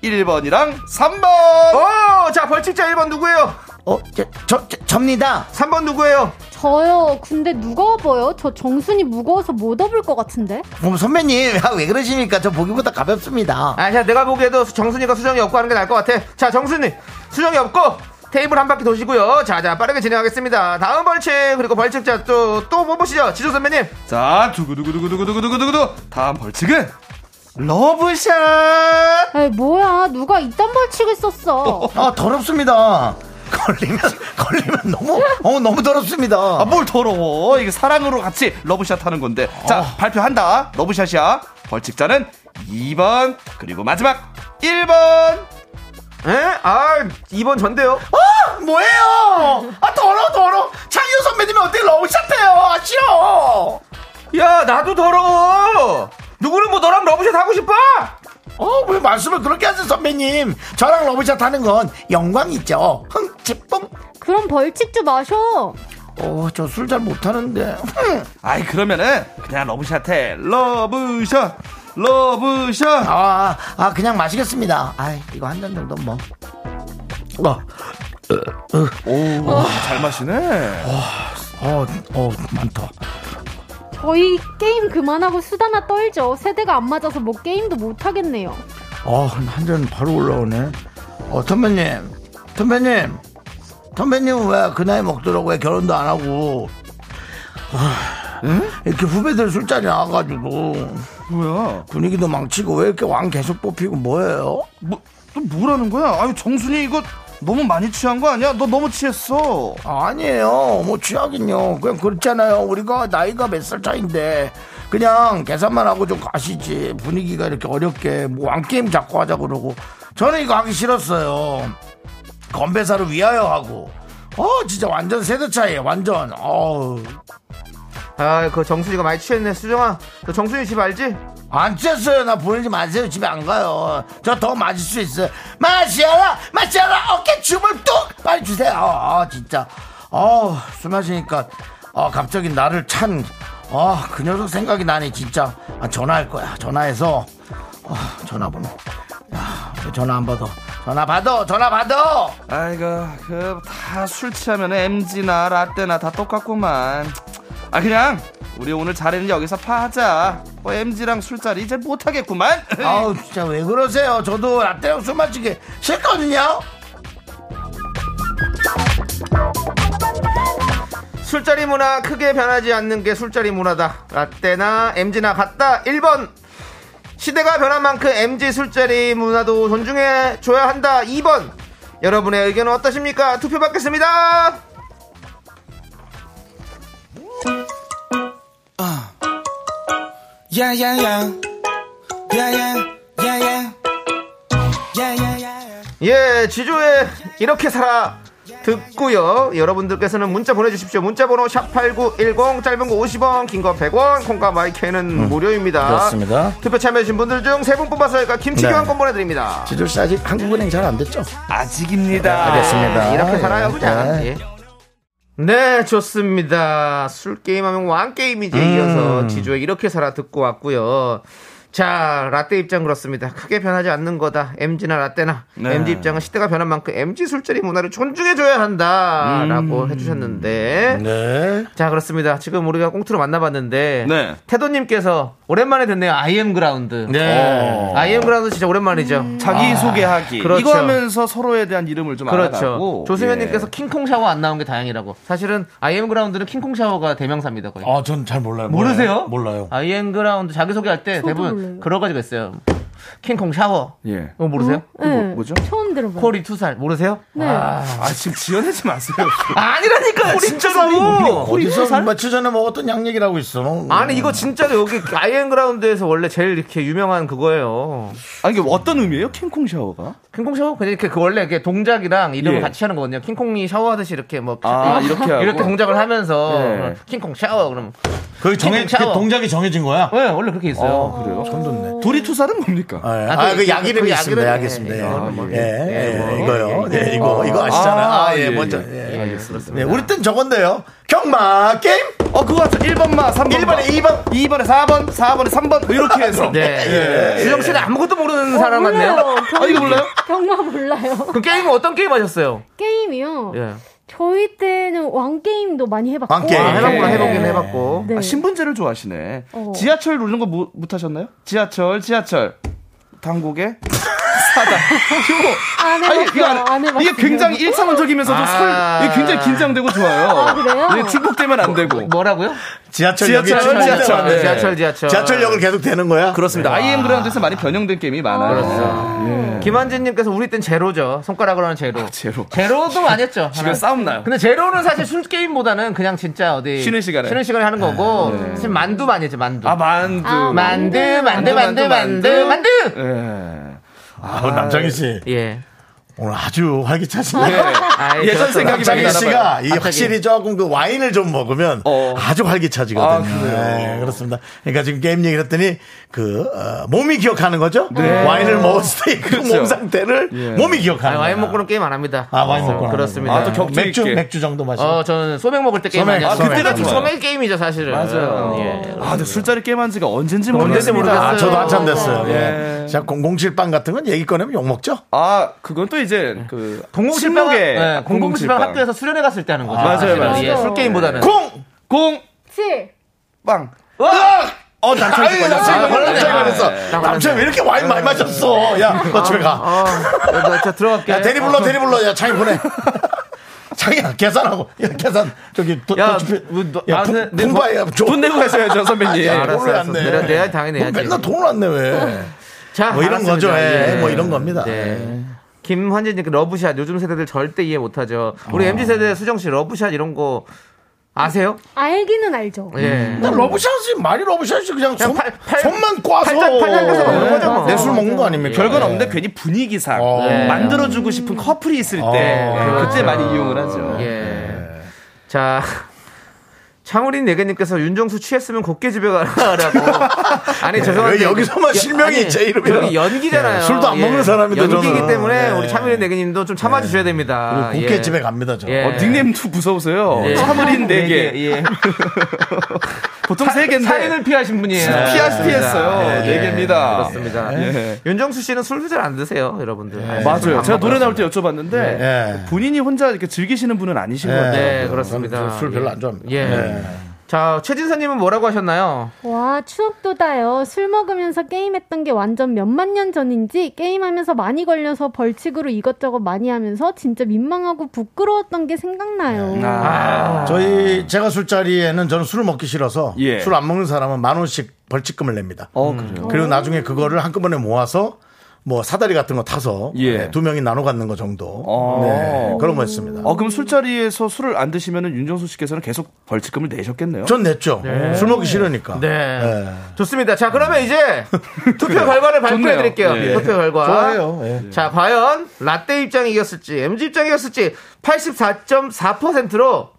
S7: 1번이랑 3번.
S2: 오! 자, 벌칙자 1번 누구예요?
S1: 어, 저, 저, 저, 접니다.
S2: 3번 누구예요?
S6: 저요 근데 누가 업어요? 저 정순이 무거워서 못 업을 것 같은데
S1: 어머, 선배님, 아, 왜 그러십니까? 저 보기보다 가볍습니다.
S2: 아, 자, 내가 보기에도 정순이가 수정이 없고 하는 게 나을 것 같아. 자, 정순이, 수정이 없고 테이블 한 바퀴 도시고요. 자, 자, 빠르게 진행하겠습니다. 다음 벌칙, 그리고 벌칙자 또, 또 뽑으시죠. 지조 선배님.
S7: 자, 두구두구두구두구두구두구두구. 다음 벌칙은 러브샷.
S6: 에이 뭐야 누가 이딴 벌칙을 썼어
S1: 아, 더럽습니다. 걸리면, 걸리면 너무, 어, 너무 더럽습니다.
S7: 아, 뭘 더러워. 이게 사랑으로 같이 러브샷 하는 건데. 자, 발표한다. 러브샷이야. 벌칙자는 2번. 그리고 마지막 1번.
S2: 에? 아, 2번 전데요.
S1: 아, 뭐예요? 아, 더러워, 더러워. 장유 선배님이 어떻게 러브샷해요? 아, 싫어.
S2: 야, 나도 더러워. 누구는 뭐 너랑 러브샷 하고 싶어?
S1: 어, 왜 말씀을 그렇게 하세요, 선배님? 저랑 러브샷 하는 건 영광이죠. 흥, 찌뽕.
S6: 그럼 벌칙 좀 마셔
S1: 어, 저 술 잘 못하는데.
S7: 아이, 그러면은 그냥 러브샷 해. 러브샷. 러브샷.
S1: 아, 아, 그냥 마시겠습니다. 아, 이거 한 잔 정도 뭐. 어,
S7: 오, 어, 잘 마시네.
S1: 어, 어, 많다.
S6: 저희 게임 그만하고 수다나 떨죠 세대가 안 맞아서 뭐 게임도 못 하겠네요
S1: 어, 한 잔 바로 올라오네. 어, 선배님, 선배님, 선배님 왜 그 나이 먹더라고 왜 결혼도 안 하고. 아, 이렇게 후배들 술자리 나와가지고
S7: 뭐야?
S1: 분위기도 망치고 왜 이렇게 왕 계속 뽑히고 뭐예요?
S7: 뭐, 또 뭐라는 거야? 아유, 정순이 이거 너무 많이 취한 거 아니야? 너 너무 취했어.
S1: 아니에요. 뭐 취하긴요. 그냥 그렇잖아요. 우리가 나이가 몇 살 차인데 그냥 계산만 하고 좀 가시지. 분위기가 이렇게 어렵게 뭐 왕게임 자꾸 하자 그러고 저는 이거 하기 싫었어요. 건배사를 위하여 하고 어 진짜 완전 세대 차이에요. 완전 어우
S2: 아, 그 정순이가 많이 취했네. 수정아, 너 정순이 집 알지?
S1: 안 취했어요. 나 보내지 마세요. 집에 안 가요. 저 더 마실 수 있어요. 마셔라, 마셔라. 어깨 춤을 뚝 빨리 주세요. 아, 아, 진짜. 어, 술 마시니까 아, 갑자기 나를 찬. 아, 그 녀석 생각이 나네 진짜. 아, 전화할 거야. 전화해서 아, 전화번호. 야, 왜 전화 안 받아. 전화 받아. 전화 받아.
S7: 아이고, 그, 다 술 취하면 MG나 라떼나 다 똑같구만. 아, 그냥, 우리 오늘 자리는 여기서 파하자. 뭐, MG랑 술자리 이제 못하겠구만.
S2: 네.
S1: 아우 진짜 왜 그러세요? 저도 라떼랑 술 마시기 싫거든요.
S2: 술자리 문화 크게 변하지 않는 게 술자리 문화다. 라떼나 MG나 같다. 1번. 시대가 변한 만큼 MG 술자리 문화도 존중해 줘야 한다. 2번. 여러분의 의견은 어떠십니까? 투표 받겠습니다.
S5: 아. 야야야 야야 야야 야야야
S2: 예, 지조의 이렇게 살아 듣고요. 여러분들께서는 문자 보내주십시오. 문자 번호 샵8910 짧은 거 50원 긴 거 100원 콩과 마이크는 무료입니다.
S1: 음, 그렇습니다.
S2: 투표 참여해주신 분들 중 세 분 뽑아서 저희가 김치
S1: 네.
S2: 교환권 보내드립니다.
S1: 지조 씨 아직 한국은행 잘 안 됐죠? 네,
S7: 아직입니다.
S1: 알겠습니다.
S2: 이렇게 살아요
S1: 예,
S2: 그냥.
S1: 예.
S2: 예. 네, 좋습니다. 술 게임하면 왕 게임이지
S1: 음.
S2: 이어서 지조의 이렇게 살아 듣고 왔고요. 자, 라떼 입장 그렇습니다. 크게 변하지 않는 거다. MG나 라떼나
S7: 네.
S2: MG 입장은 시대가 변한 만큼 MG 술자리 문화를 존중해줘야 한다라고 해주셨는데.
S1: 음. 네.
S2: 자, 그렇습니다. 지금 우리가 꽁트로 만나봤는데
S7: 네.
S2: 태도님께서 오랜만에 듣네요. I am 그라운드.
S1: 네. 아.
S2: I am 그라운드 진짜 오랜만이죠.
S7: 자기 소개하기.
S2: 그렇죠.
S7: 이거 하면서 서로에 대한 이름을 좀
S2: 그렇죠.
S7: 알아가고. 예.
S2: 조수현님께서 킹콩 샤워 안 나온 게 다행이라고. 사실은 아이엠 그라운드는 킹콩 샤워가 대명사입니다 거의.
S1: 아, 전 잘 몰라요.
S2: 모르세요?
S1: 몰라요.
S2: 아이엠 그라운드 자기소개할 때 대부분
S6: 몰라요.
S2: 그런 가지가 있어요. 킹콩 샤워.
S7: 예.
S2: 이거 모르세요?
S7: 뭐- 뭐죠?
S6: 네. 처음 들어봐요.
S2: 코리 투살 모르세요?
S6: 네.
S7: 아 지금 지어내지 마세요.
S2: 아니라니까 요 진짜로.
S1: 어디서 며칠 전에 먹었던 양력이라고 있어. 뭐. 예.
S2: 아니 이거 진짜로 여기 아이엔그라운드에서 원래 제일 이렇게 유명한 그거예요.
S7: 아니 이게 어떤 의미예요? 킹콩 샤워가?
S2: 킹콩 샤워 그냥 이렇게 그 원래 이렇게 동작이랑 이름을
S7: 예.
S2: 같이 하는 거거든요. 킹콩이 샤워하듯이 이렇게 뭐
S7: 아, 이렇게 하고.
S2: 이렇게 동작을 하면서
S7: 예.
S2: 그럼 킹콩 샤워 그럼
S1: 거기 정해
S2: 킹콩 샤워.
S1: 그 동작이 정해진 거야.
S2: 네, 원래 그렇게 있어요.
S7: 아 그래요?
S1: 처음 듣네.
S7: 도리투살은 뭡니까?
S1: 아
S2: 그
S1: 그 약
S2: 그
S1: 이름이
S2: 약
S1: 있습니다.
S2: 이름이-
S1: 약 있습니다.
S2: 예,
S1: 예,
S2: 뭐,
S1: 예,
S2: 예,
S1: 예,
S2: 뭐,
S1: 이거요.
S2: 예,
S1: 예, 이거 이거 아시잖아요. 아, 예, 먼저.
S2: 네,
S1: 예.
S7: 알겠습니다.
S1: 예, 우리 땐 저건데요. 경마 게임
S7: 네. 어 그거 같아. 1번 마, 3번
S1: 1번에 2번
S7: 2번에 4번, 4번에 3번 뭐 이렇게 해서.
S2: 네. 예. 주정 씨는 아무것도
S7: 어,
S2: 모르는 사람 같네요.
S6: 몰라요. 경-
S7: 아 이거 몰라요?
S6: 경마 몰라요.
S2: 그 게임은 어떤 게임 하셨어요?
S6: 게임이요.
S2: 예.
S6: 저희 때는 왕 게임도 많이 해봤고.
S1: 왕 게임.
S2: 아, 해봤구나
S7: 예.
S2: 해보긴 해봤고.
S6: 네.
S7: 아, 신분제를 좋아하시네.
S6: 어.
S7: 지하철 누르는 거 못 하셨나요? 지하철, 지하철. 당국에 사다. 이거
S6: 안
S7: 아니, 네,
S6: 해봤어요.
S7: 이거 안-
S6: 안 해봤어요.
S7: 이게 굉장히 1차원적이면서도
S2: 아.
S7: 설, 이게 굉장히 긴장되고 좋아요.
S6: 아, 그래요?
S7: 이게 축복되면 안 되고.
S2: 뭐라고요?
S1: 지하철
S7: 지하철,
S1: 지하철
S7: 지하철.
S1: 지하철
S7: 네.
S2: 지하철 지하철.
S1: 지하철역을 계속 되는 거야.
S7: 그렇습니다.
S2: 아.
S7: IM 그라운드에서 많이 변형된 게임이 많아요. 그렇죠.
S2: 김한진님께서 우리 땐 제로죠. 손가락으로는 제로.
S7: 제로.
S2: 제로도 많이 했죠.
S7: 아, 지금
S2: 하나.
S7: 싸움 나요.
S2: 근데 제로는 사실 술 게임보다는 그냥 진짜 어디
S7: 쉬는 시간에.
S2: 예. 쉬는 시간에 하는 거고 사실 만두 많이 했죠 만두.
S7: 아, 만두.
S6: 아,
S2: 만두 만두 만두
S7: 만두,
S2: 만두
S7: 만두.
S2: 만두.
S7: 예.
S1: 아, 남창희 씨
S2: 예.
S1: 오늘 아주 활기차시네.
S2: 아,
S7: 예전
S2: 그렇죠.
S7: 생각이 많이
S1: 남창희
S7: 나나 봐요.
S1: 씨가 이 확실히 조금 그 와인을 좀 먹으면
S7: 어.
S1: 아주 활기차지거든요.
S7: 아, 그래요?
S1: 네, 그렇습니다. 그러니까 지금 게임 얘기를 했더니 그 어, 몸이 기억하는 거죠. 와인을 먹었을 때 그
S7: 네. 그렇죠.
S1: 몸 상태를
S7: 예.
S1: 몸이 기억하는
S2: 아, 와인
S1: 거야.
S2: 먹고는 게임 안 합니다.
S1: 아 와인
S2: 그래서
S1: 먹고
S2: 그렇습니다.
S7: 아, 또 격- 격주
S1: 맥주
S7: 있게.
S1: 맥주 정도 마시고.
S2: 어, 저는 소맥 먹을 때 게임
S1: 소맥,
S2: 많이 하죠.
S1: 아, 그때가
S2: 소맥.
S1: 좋아요.
S2: 소맥 게임이죠 사실은.
S7: 맞아요.
S2: 예.
S7: 아, 근데 술자리 게임 한 지가 언젠지
S2: 언젠지
S7: 모르겠습니다.
S1: 아,
S2: 모르겠어요.
S1: 저도 한참 됐어요.
S7: 예.
S1: 예. 제가 007빵 같은 건 얘기 꺼내면 욕 먹죠.
S7: 아, 그건 또 이제 그
S2: 공공칠빵
S7: 침묵의
S2: 네, 공공칠빵
S7: 007빵.
S2: 학교에서 수련회 갔을 때 하는 거죠.
S7: 맞아요,
S2: 사실은.
S7: 맞아요.
S2: 예, 술 게임보다는.
S1: 콩!
S7: 공
S6: 칠.
S7: 빵.
S1: 어, 남창이 걸렸어.
S2: 아, 걸렸네.
S1: 남창이 걸렸어.
S2: 네.
S1: 남창이 왜 이렇게 와인
S7: 네.
S1: 많이 마셨어? 야, 너 집에
S7: 아,
S1: 가.
S2: 어, 저, 네. 아, 저 들어갈게.
S1: 야, 대리 불러, 대리 불러. 야, 창이 보내. 창이야, 계산하고. 야, 계산. 저기, 도,
S2: 야,
S1: 도치피-
S2: 뭐, 너-
S1: 야,
S2: 아,
S1: 품-
S2: 내- 내
S1: 품바야. 줘.
S7: 돈 내고 하셔야죠, 선배님.
S2: 아, 알았어,
S1: 돈을 안
S2: 알았어.
S1: 내.
S2: 내가- 내가 당연히
S1: 뭐
S2: 해야지.
S1: 맨날 돈을 안 내, 왜.
S2: 자,
S1: 뭐 이런
S2: 알았습니다.
S1: 거죠. 예, 뭐 이런 겁니다. 예.
S2: 네. 김환진님 그 러브샷 요즘 세대들 절대 이해 못하죠.
S1: 아.
S2: 우리 mz 세대 수정 씨 러브샷 이런 거 아세요?
S6: 알기는 알죠.
S2: 예.
S1: 나 러브샷이, 말이 러브샷이 그냥, 손,
S2: 팔- 팔-
S1: 손만 꽈서.
S2: 팔짝- 팔짝에서 먹는 거죠, 뭐.
S1: 내 술 먹는 거 아닙니까? 예.
S7: 별건 없는데 괜히 분위기상
S1: 네. 어. 네.
S7: 만들어주고 싶은 커플이 있을 때 네.
S1: 어.
S7: 그때 많이 이용을 하죠.
S1: 네.
S2: 예. 자. 창우린 네개님께서 윤정수 취했으면 곱게 집에 가라라고. 아니 죄송한데
S1: 왜 네. 여기서만 실명이 제 이름이라.
S2: 여기 연기잖아요.
S1: 예, 술도 안 먹는 사람인데
S2: 연기이기
S1: 저는.
S2: 때문에
S1: 예.
S2: 우리 창우린 네개님도 좀 참아주셔야 됩니다.
S1: 곱게
S2: 예.
S1: 집에 갑니다, 저.
S2: 예.
S7: 어, 닉네임도 무서우세요.
S2: 예.
S7: 어, 차무린
S2: 네
S7: 4개.
S2: 개, 예.
S7: 보통 3개인데.
S2: 사인을 피하신 분이에요.
S7: 피하, 피했어요.
S2: 예.
S7: 4개입니다.
S2: 그렇습니다.
S7: 예. 네,
S2: 윤정수 씨는 술도 잘 안 드세요, 여러분들. 예.
S7: 맞아요. 제가 노래 나올 때 여쭤봤는데
S1: 예.
S7: 본인이 혼자 이렇게 즐기시는 분은 아니신 것
S1: 예.
S7: 같아요.
S2: 네, 그렇습니다.
S1: 저는 술 별로 안 좋아합니다.
S2: 예.
S7: 네.
S2: 자, 최진서님은 뭐라고 하셨나요?
S6: 와 추억도다요. 술 먹으면서 게임했던 게 완전 몇만 년 전인지 게임하면서 많이 걸려서 벌칙으로 이것저것 많이 하면서 진짜 민망하고 부끄러웠던 게
S1: 음.
S6: 생각나요.
S1: 아. 저희 제가 술자리에는 저는 술을 먹기 싫어서
S7: 예.
S1: 술 안 먹는 사람은 만 원씩 벌칙금을 냅니다.
S2: 어,
S1: 그리고 나중에 그거를 한꺼번에 모아서 뭐 사다리 같은 거 타서
S7: 예.
S1: 네, 두 명이 나눠 갖는 거 정도
S7: 어.
S1: 네, 그런 거였습니다.
S7: 어, 그럼 술자리에서 술을 안 드시면 윤정수 씨께서는 계속 벌칙금을 내셨겠네요.
S1: 전 냈죠. 술 먹기 싫으니까.
S2: 네.
S1: 예.
S2: 좋습니다. 자, 그러면 이제 투표 결과를 발표해
S7: 좋네요.
S2: 드릴게요.
S7: 예.
S2: 투표 결과.
S1: 좋아요. 예.
S2: 자, 과연 라떼 입장이 이겼을지, MG 입장이 이겼을지 84.4%로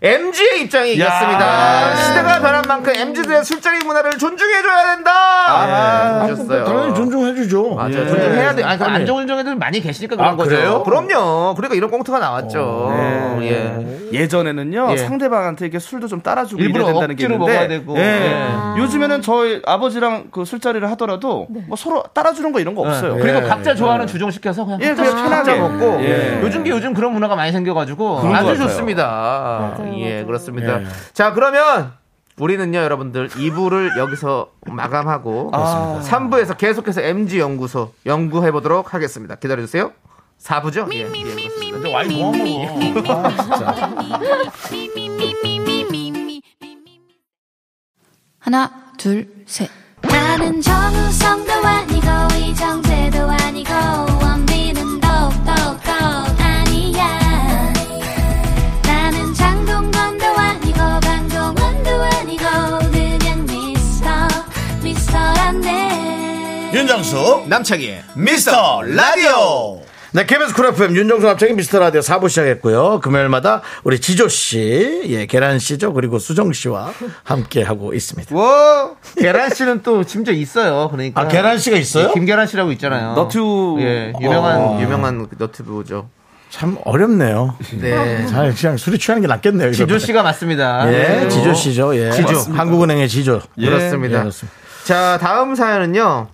S2: MG의 입장이 이겼습니다. 시대가 변한 만큼 MG들의 술자리 문화를 존중해줘야 된다! 아, 하셨어요.
S1: 예. 당연히 존중해 주죠. 예.
S2: 맞아요. 존중해야 돼. 아니, 그안 좋은 정애들 많이 계시니까 그런
S1: 아,
S2: 거죠.
S1: 그래요?
S2: 그럼요. 그러니까 이런 꽁트가 나왔죠.
S1: 어, 네.
S2: 예.
S7: 예전에는
S2: 예.
S7: 상대방한테 이렇게 술도 좀 따라주고
S2: 일부러
S7: 이래야 된다는 게
S2: 억지로
S7: 있는데
S2: 먹어야 되고.
S7: 예.
S2: 아.
S7: 요즘에는 저희 아버지랑 그 술자리를 하더라도 뭐 서로 따라주는 거 이런 거 없어요. 그러니까
S1: 예.
S2: 그리고 각자 좋아하는 주종 시켜서 그냥
S7: 예,
S2: 각자
S7: 그냥 편하게.
S2: 혼자 먹고
S7: 예.
S2: 요즘 게 요즘 그런 문화가 많이 생겨가지고
S7: 그런 것
S2: 아주
S7: 같아요.
S2: 좋습니다. 예,
S6: 맞아요.
S2: 그렇습니다.
S1: 예.
S2: 자, 그러면 우리는요, 여러분들 2부를 여기서 마감하고 3부에서 계속해서 MG 연구소 연구해 보도록 하겠습니다. 기다려 주세요. 4부죠? 예. 예, 그렇습니다.
S1: 이제 와인 뭐 먹어.
S8: 하나, 둘, 셋.
S4: 나는 정우성도 아니고 아니고 이정재도 아니고 원빈은 더욱더 아니야 나는 장동건도 아니고 강동원도 아니고 그냥 미스터 미스터란데
S1: 윤정수
S2: 남창희의
S1: 미스터 라디오 네, KBS 쿨 FM 윤정수 합창의 미스터 라디오 4부 시작했고요. 금요일마다 우리 지조씨, 예, 계란씨죠. 그리고 수정씨와 함께하고 있습니다.
S2: 와 계란 씨는 또 심지어 있어요. 그러니까
S1: 아, 계란씨가 있어요?
S2: 김계란 씨라고 있잖아요.
S7: 너튜브.
S2: 예, 유명한
S1: 어.
S2: 유명한 그 너튜브죠.
S1: 참 어렵네요.
S2: 네.
S1: 잘, 그냥 술이 취하는 게 낫겠네요.
S2: 지조
S1: 이거보다.
S2: 씨가 맞습니다.
S1: 예,
S2: 네.
S1: 지조씨죠. 예.
S2: 지조.
S1: 맞습니다. 한국은행의 지조.
S2: 그렇습니다.
S1: 예, 그렇습니다.
S2: 자, 다음 사연은요.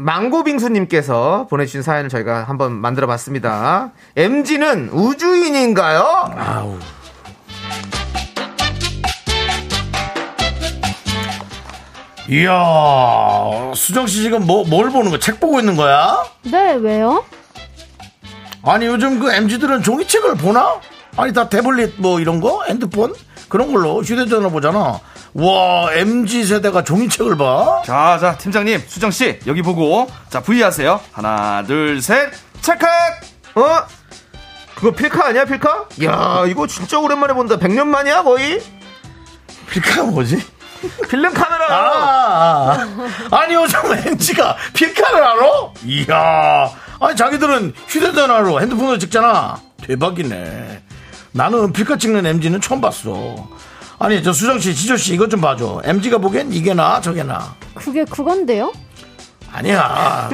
S2: 망고빙수님께서 보내주신 사연을 저희가 한번 만들어 봤습니다. MG는 우주인인가요?
S1: 아우. 이야, 수정씨 지금 뭐, 뭘 보는 거야? 책 보고 있는 거야?
S6: 네, 왜요?
S1: 아니 요즘 그 MZ들은 종이책을 보나? 아니 다 태블릿 뭐 이런 거 핸드폰 그런 걸로 휴대전화 보잖아. 와 MZ 세대가 종이책을 봐?
S7: 자, 자, 팀장님, 수정씨, 여기 보고. 자, V 하세요. 하나, 둘, 셋. 찰칵!
S2: 어? 그거 필카 아니야, 필카? 야, 이거 진짜 오랜만에 본다. 100년 만이야, 거의?
S1: 필카가 뭐지?
S2: 필름
S1: 아,
S2: 카메라!
S1: 아, 아. 아니 요즘 MZ가 필카를 알아? 이야, 아니 자기들은 휴대전화로 핸드폰으로 찍잖아. 대박이네. 나는 필카 찍는 MZ는 처음 봤어. 아니 저 수정 씨, 지조 씨 이것 좀 봐줘. MZ가 보기엔 이게 나 저게 나.
S6: 그게 그건데요?
S1: 아니야.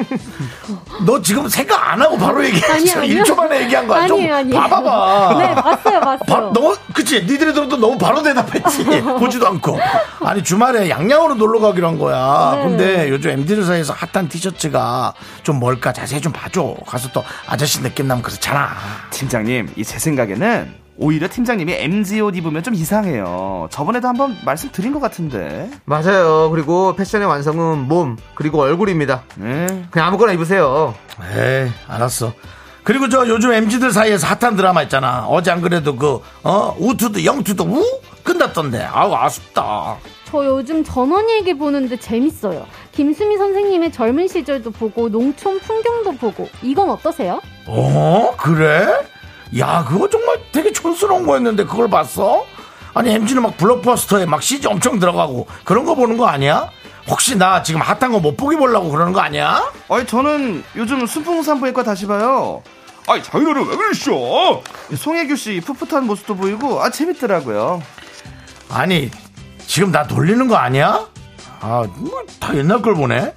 S1: 너 지금 생각 안 하고 바로 얘기했어.
S6: 아니요.
S1: 1초 만에 얘기한 거야. 좀
S6: 아니에요, 아니에요.
S1: 봐봐봐.
S6: 네, 봤어요,
S1: 바로,
S6: 봤어요. 어.
S1: 너무, 그치? 니들이 들어도 너무 바로 대답했지. 보지도 않고. 아니, 주말에 양양으로 놀러 가기로 한 거야.
S6: 네.
S1: 근데 요즘 MD들 사이에서 핫한 티셔츠가 좀 뭘까 자세히 좀 봐줘. 가서 또 아저씨 느낌 나면 그렇잖아.
S7: 팀장님, 이 제 생각에는 오히려 팀장님이 MG 옷 입으면 좀 이상해요. 저번에도 한번 말씀드린 것 같은데.
S2: 맞아요. 그리고 패션의 완성은 몸, 그리고 얼굴입니다.
S7: 네.
S2: 그냥 아무거나 입으세요.
S1: 에이, 알았어. 그리고 저 요즘 MZ들 사이에서 핫한 드라마 있잖아. 어제 안 그래도 그, 어, 우투도 영투도 우? 끝났던데. 아우, 아쉽다.
S6: 저 요즘 전원일기 보는데 재밌어요. 김수미 선생님의 젊은 시절도 보고 농촌 풍경도 보고 이건 어떠세요?
S1: 어 그래? 야 그거 정말 되게 촌스러운 거였는데 그걸 봤어? 아니 MG는 막 블록버스터에 막 CG 엄청 들어가고 그런 거 보는 거 아니야? 혹시 나 지금 핫한 거 못 보게 보려고 그러는 거 아니야?
S7: 아니, 저는 요즘 순풍산부인과 다시 봐요. 아니, 자유로를 왜 그러시죠? 송혜교씨 풋풋한 모습도 보이고, 아, 재밌더라고요.
S1: 아니 지금 나 놀리는 거 아니야? 뭐 아다 옛날 걸 보네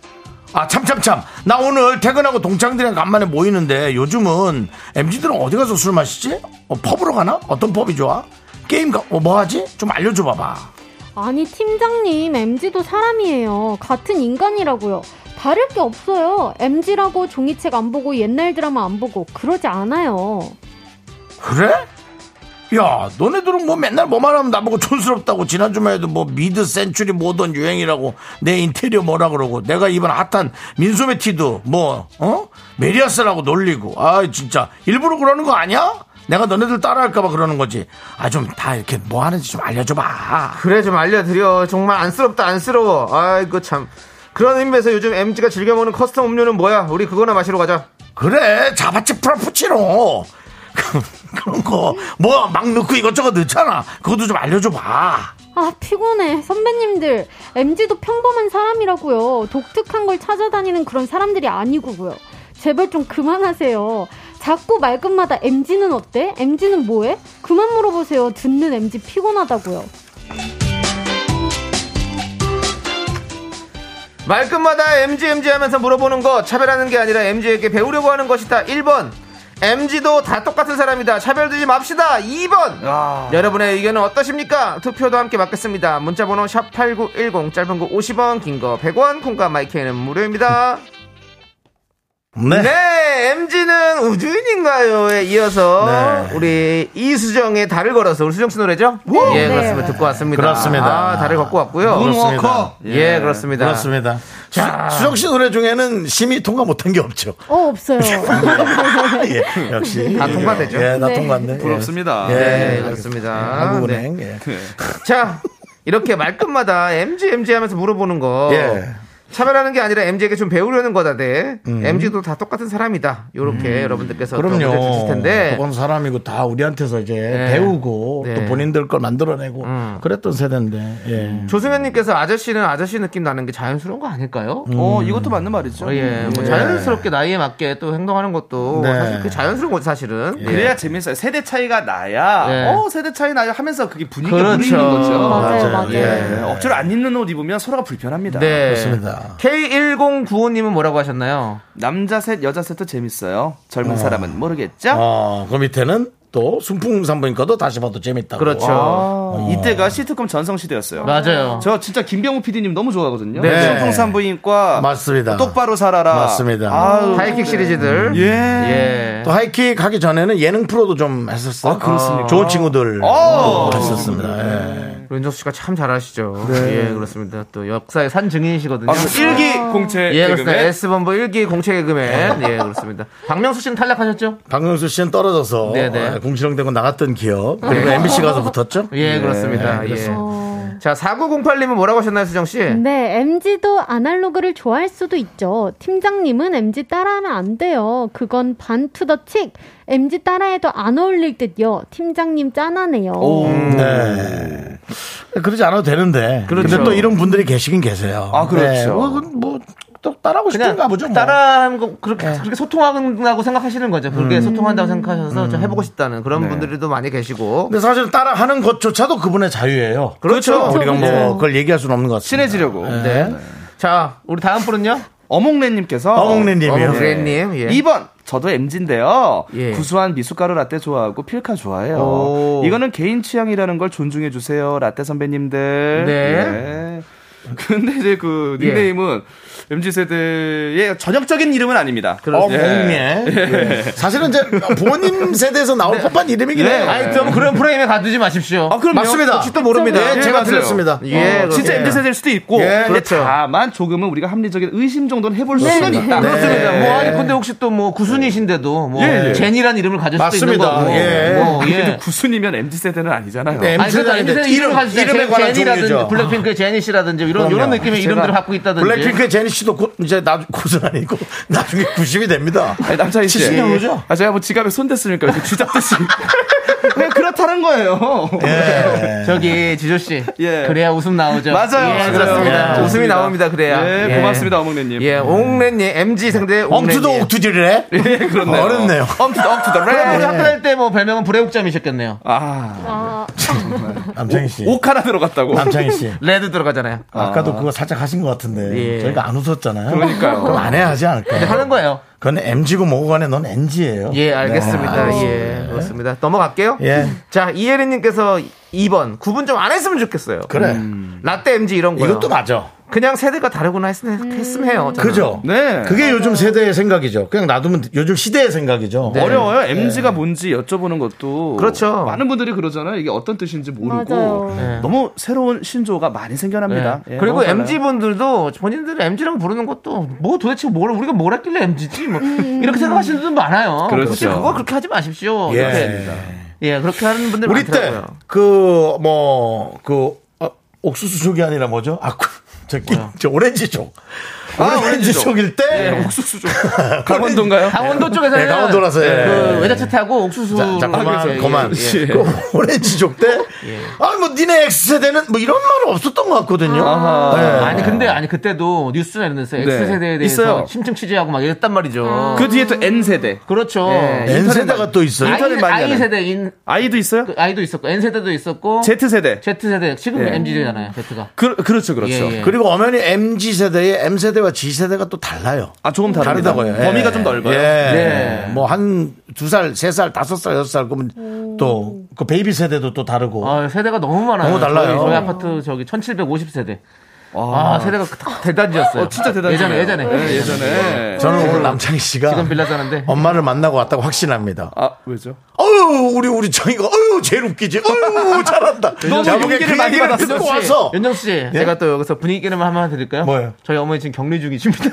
S1: 아 참참참 나 오늘 퇴근하고 동창들이랑 간만에 모이는데 요즘은 MG들은 어디 가서 술 마시지? 어, 펍으로 가나? 어떤 펍이 좋아? 게임 가, 어, 뭐 하지? 좀 알려줘 봐봐
S6: 아니 팀장님 MG도 사람이에요. 같은 인간이라고요. 다를 게 없어요. MG라고 종이책 안 보고 옛날 드라마 안 보고 그러지 않아요.
S1: 그래? 야, 너네들은 뭐 맨날 뭐만 하면 나보고 촌스럽다고 지난주만 해도 뭐 미드 센츄리 모던 유행이라고 내 인테리어 뭐라 그러고 내가 입은 핫한 민소매 티도 뭐 어? 메리아스라고 놀리고 아 진짜 일부러 그러는 거 아니야? 내가 너네들 따라할까봐 그러는 거지. 아 좀 다 이렇게 뭐 하는지 좀 알려줘봐.
S2: 그래, 좀 알려드려. 정말 안쓰럽다, 안쓰러워. 아이고, 참. 그런 의미에서 요즘 MG가 즐겨먹는 커스텀 음료는 뭐야? 우리 그거나 마시러 가자.
S1: 그래 자바치 프라푸치노 그런 거 뭐 막 넣고 이것저것 넣잖아. 그것도 좀 알려줘봐.
S6: 아 피곤해 선배님들 MG도 평범한 사람이라고요 독특한 걸 찾아다니는 그런 사람들이 아니고요 제발 좀 그만하세요 자꾸 말끝마다 MG는 어때? MG는 뭐해? 그만 물어보세요 듣는 MG 피곤하다고요
S2: 말끝마다 MG, MG 하면서 물어보는 거 차별하는 게 아니라 MG에게 배우려고 하는 것이다. 1번. MG도 다 똑같은 사람이다. 차별되지 맙시다. 2번.
S7: 아.
S2: 여러분의 의견은 어떠십니까? 투표도 함께 받겠습니다. 문자번호 샵8910, 짧은 거 50원, 긴 거 100원, 콩과 마이크는 무료입니다.
S1: 네.
S2: 네, MG는 우주인인가요?에 이어서
S1: 네.
S2: 우리 이수정의 달을 걸어서 우리 수정 씨 노래죠? 예,
S6: 네.
S2: 그렇습니다. 듣고 왔습니다.
S1: 그렇습니다.
S2: 아, 달을 걷고 왔고요.
S1: 그렇습니다. 네.
S2: 예, 그렇습니다.
S1: 그렇습니다. 수, 정씨 노래 중에는 심의 통과 못한 게 없죠.
S6: 어 없어요
S1: 예, 역시.
S2: 다 통과되죠.
S1: 예, 나
S6: 네.
S1: 통과인데.
S7: 부럽습니다.
S1: 예.
S2: 네,
S1: 예,
S2: 그렇습니다. 네.
S1: 한국은행. 예.
S2: 자, 이렇게 말끝마다 MG, MG 하면서 물어보는 거.
S1: 예.
S2: 차별하는 게 아니라 MG에게 좀 배우려는 거다 대. MG도 다 똑같은 사람이다. 요렇게 여러분들께서 또 문제 주실
S1: 그럼요.
S2: 텐데.
S1: 그건 사람이고 다 우리한테서 이제 배우고
S2: 네.
S1: 또 본인들 걸 만들어내고 그랬던 세대인데. 예.
S2: 음. 조승현님께서 아저씨는 아저씨 느낌 나는 게 자연스러운 거 아닐까요?
S7: 어, 이것도 맞는 말이죠.
S2: 어, 예, 뭐
S7: 예.
S2: 자연스럽게 나이에 맞게 또 행동하는 것도
S1: 네.
S2: 사실 그 자연스러운 거죠 사실은.
S7: 그래야 재밌어요. 세대 차이가 나야.
S2: 예.
S7: 어, 세대 차이 나요 하면서 그게 분위기가
S2: 그렇죠.
S7: 물리는 거죠.
S6: 어, 맞아요, 맞아요.
S7: 예. 억지로 안 입는 옷 입으면 서로가 불편합니다.
S2: 네.
S1: 그렇습니다.
S2: K1095님은 뭐라고 하셨나요?
S7: 남자 셋, 여자 셋도 재밌어요. 젊은 사람은 모르겠죠?
S1: 어, 그 밑에는 또 순풍산부인과도 다시 봐도 재밌다고.
S2: 그렇죠.
S7: 어. 이때가 시트콤 전성시대였어요.
S2: 맞아요.
S7: 저 진짜 김병우 PD님 너무 좋아하거든요.
S2: 네.
S7: 소풍산부인과
S1: 아, 맞습니다.
S7: 똑바로 살아라.
S1: 맞습니다.
S7: 아우,
S2: 하이킥 시리즈들.
S7: 예.
S2: 예.
S1: 또 하이킥 하기 전에는 예능 프로도 좀 했었어요.
S7: 아, 그렇습니까?
S1: 좋은 친구들
S7: 어.
S1: 했었습니다. 예.
S2: 윤정수 씨가 참 잘하시죠. 예, 그렇습니다. 또 역사의 산 증인이시거든요.
S7: 아, 그 일기 공채
S2: 예, 그렇습니다.
S7: 개그맨.
S2: S본부 일기 공채 개그맨. 예, 그렇습니다. 박명수 씨는 탈락하셨죠?
S1: 박명수 씨는 떨어져서
S2: 네네.
S1: 예, 궁시렁대고 나갔던 기억 그리고 MBC 가서 붙었죠.
S2: 예, 그렇습니다. 예.
S6: 어.
S2: 자, 4908님은 뭐라고 하셨나요, 수정씨?
S6: 네, MG도 아날로그를 좋아할 수도 있죠. 팀장님은 MG 따라하면 안 돼요. 그건 반투더 칙. MG 따라해도 안 어울릴 듯요. 팀장님 짠하네요.
S1: 네. 그러지 않아도 되는데. 음. 그
S2: 그렇죠.
S1: 근데 또 이런 분들이 계시긴 계세요.
S7: 아, 그렇죠.
S1: 뭐, 뭐, 또 따라하고 싶은가 보죠. 뭐.
S2: 따라하는 거 그렇게 그렇게 소통한다고 생각하시는 거죠. 그렇게 소통한다고 생각하셔서 좀 해보고 싶다는 그런 분들도 많이 계시고.
S1: 근데 사실 따라하는 것조차도 그분의 자유예요.
S2: 그렇죠.
S1: 우리가 뭐
S6: 그렇죠.
S1: 그걸 얘기할 수는 없는 것 같습니다.
S7: 친해지려고.
S2: 네. 자, 우리 다음 분은요?
S7: 어몽래님께서
S1: 어몽래님이요.
S2: 어몽래. 그레님, 예.
S7: 2번 저도 MG인데요.
S2: 예.
S7: 구수한 미숫가루 라떼 좋아하고 필카 좋아해요.
S2: 오.
S7: 이거는 개인 취향이라는 걸 존중해 주세요. 라떼 선배님들.
S2: 네.
S7: 예. 근데 이제 그 닉네임은 MG 세대의 전형적인 이름은 아닙니다.
S1: 그렇죠. 어몽래. 예. 사실은 이제 부모님 세대에서 나올 법한 이름이긴
S2: 네.
S1: 해요.
S2: 아니, 좀 그런 프레임에 가두지 마십시오.
S7: 아, 그럼요.
S1: 뭐 맞습니다.
S7: 혹시 또 모릅니다.
S1: 예, 제가
S7: 맞아요.
S1: 틀렸습니다.
S2: 예,
S7: 어, 진짜
S2: 그렇습니다.
S7: MZ 세대일 수도 있고,
S1: 예,
S7: 근데
S2: 그렇죠.
S7: 다만 조금은 우리가 합리적인 의심 정도는 해볼 수는
S6: 네.
S7: 있다.
S1: 네.
S2: 그렇습니다.
S1: 예.
S2: 뭐 아니 근데 혹시 또 뭐 구순이신데도 뭐
S7: 예, 예.
S2: 제니란 이름을 가질 수도 있는
S1: 맞습니다.
S2: 거고.
S1: 예.
S2: 뭐,
S7: 그래도
S2: 예.
S7: 구순이면 MZ 세대는 아니잖아요.
S1: 네,
S2: 아니 그래도
S1: MZ
S2: MZ
S1: 세대
S2: 이름 가지고
S1: 이름에 관한
S2: 제니라든지
S1: 종류죠.
S2: 블랙핑크의 제니 씨라든지 이런
S1: 그럼요.
S2: 이런 느낌의
S1: 제가
S2: 이름들을 갖고 있다든지.
S1: 블랙핑크의 제니 씨도 곧 이제 나중 곧은 아니고 나중에 90이 됩니다.
S7: 아니, 네, 남창희 씨.
S1: 70년 후죠?
S7: 아, 제가 뭐 지갑에 손 댔으니까 이렇게 쥐잡듯이. 그냥 그렇다는 거예요.
S2: 네.
S1: 예.
S2: 저기 지조 씨.
S7: 예.
S2: 그래야 웃음 나오죠.
S7: 맞아요.
S2: 예,
S7: 맞아요.
S2: 그렇습니다.
S7: 예,
S2: 웃음이 나옵니다. 그래야.
S7: 예, 고맙습니다, 어머니님.
S2: 예, 옹렌님 MG 생대
S1: 음. 엉투도 옥투질을 해?
S7: 예, 그렇네요.
S1: 어렵네요.
S7: 엄투더, 엄투더,
S2: 그래,
S7: 레
S2: 학교 다닐 때뭐 별명은 불의옥잠이셨겠네요.
S7: 아,
S6: 아,
S1: 남창희 씨.
S7: 옥 하나 들어갔다고.
S1: 남창희 씨.
S2: 레드 들어가잖아요.
S1: 아까도 그거 살짝 하신 것 같은데
S2: 예.
S1: 저희가 안 웃었잖아요.
S7: 그러니까요.
S1: 그럼 안 해야 하지 않을까?
S2: 근데 네, 하는 거예요.
S1: 그건 MG고 뭐고 간에 넌 NG예요.
S2: 예, 알겠습니다. 예, 그렇습니다. 넘어갈게요.
S1: 네. 예.
S2: 자, 이혜린님께서 2번. 구분 좀 안 했으면 좋겠어요.
S1: 그래.
S2: 음. 라떼 MG 이런 거.
S1: 이것도 맞아.
S2: 그냥 세대가 다르구나 했으면, 했으면 해요. 저는.
S1: 그죠?
S7: 네.
S1: 그게 요즘 세대의 생각이죠. 그냥 놔두면 요즘 시대의 생각이죠.
S2: 네.
S7: 어려워요. MG가 뭔지 여쭤보는 것도.
S2: 그렇죠.
S7: 많은 분들이 그러잖아요. 이게 어떤 뜻인지 모르고.
S6: 맞아요.
S2: 네.
S7: 너무 새로운 신조어가 많이 생겨납니다.
S2: 예.
S7: 예,
S2: 그리고
S7: 너무 많아요.
S2: MG 분들도 본인들은 MG라고 부르는 것도 뭐 도대체 뭘 우리가 뭘 했길래 MG지 뭐 이렇게 생각하시는 분들 많아요.
S7: 그렇죠.
S2: 굳이 그거 그렇게 하지 마십시오.
S1: 예.
S2: 이렇게. 예, 그렇게 하는 분들
S1: 우리
S2: 많더라고요.
S1: 때그 뭐 그 옥수수족이 아니라 뭐죠? 아, 그, 저기 저 오렌지족.
S7: 아, 오렌지족. 네,
S1: 오렌지족일 때
S7: 옥수수 좀. 강원도인가요?
S2: 강원도 쪽에서는
S1: 네, 강원도라서, 예.
S2: 그 외자차 타고 옥수수
S1: 자, 자,
S2: 하겠어요.
S1: 그만,
S2: 예,
S1: 그만.
S2: 예.
S1: 그 오렌지족 때? 아니, 뭐, 니네 X세대는 뭐 이런 말은 없었던 것 같거든요. 예.
S2: 아니 근데 아니 그때도 뉴스나 이런 데서 X 세대에 대해서
S7: 네. 있어요.
S2: 심층 취재하고 막 이랬단 말이죠.
S7: 그 뒤에 또 N세대.
S2: 렇죠
S1: 예, N세대가 또 있어요.
S2: 아이,
S7: 인터넷 많이
S2: 아이
S7: 하는.
S2: 세대 인
S7: 아이도 있어요?
S2: 그 아이도 있었고 N 세대도 있었고
S7: Z세대.
S2: Z 세대 지금
S7: 예.
S2: MZ잖아요. Z가.
S7: 그, 그렇죠, 그렇죠.
S2: 예, 예.
S1: 그리고 엄연히 MG 세대의 M 세대와 G 세대가 또 달라요.
S7: 아, 조금 다릅니다.
S1: 다르다고요. 예.
S7: 범위가 좀 넓어요.
S1: 예.
S2: 예.
S1: 뭐한 두 살, 세 살, 다섯 살, 여섯 살 그러면 또 그 베이비 세대도 또 다르고.
S2: 아, 세대가 너무 많아요.
S1: 너무 달라요.
S2: 저희, 저희 아파트 저기 1750세대. 아, 세대가 다 대단지였어요.
S7: 어, 진짜 대단해.
S2: 예전에 예전에.
S7: 예, 예전에. 어,
S1: 저는 오늘 남창희 씨가
S2: 지금 빌라 사는데.
S1: 엄마를 만나고 왔다고 확신합니다.
S7: 아, 왜죠?
S1: 어유 우리 우리 정이가 어유 제일 웃기지. 어유 잘한다.
S7: 너무
S1: 제가 보기엔
S7: 용기를
S1: 그
S7: 많이
S1: 얘기를
S7: 받았어요. 네?
S1: 듣고 와서
S2: 윤정 씨, 제가 또 여기서 분위기 게임 한번 드릴까요?
S1: 뭐예요?
S2: 저희
S7: 아,
S2: 어머니 지금 격리 중이십니다.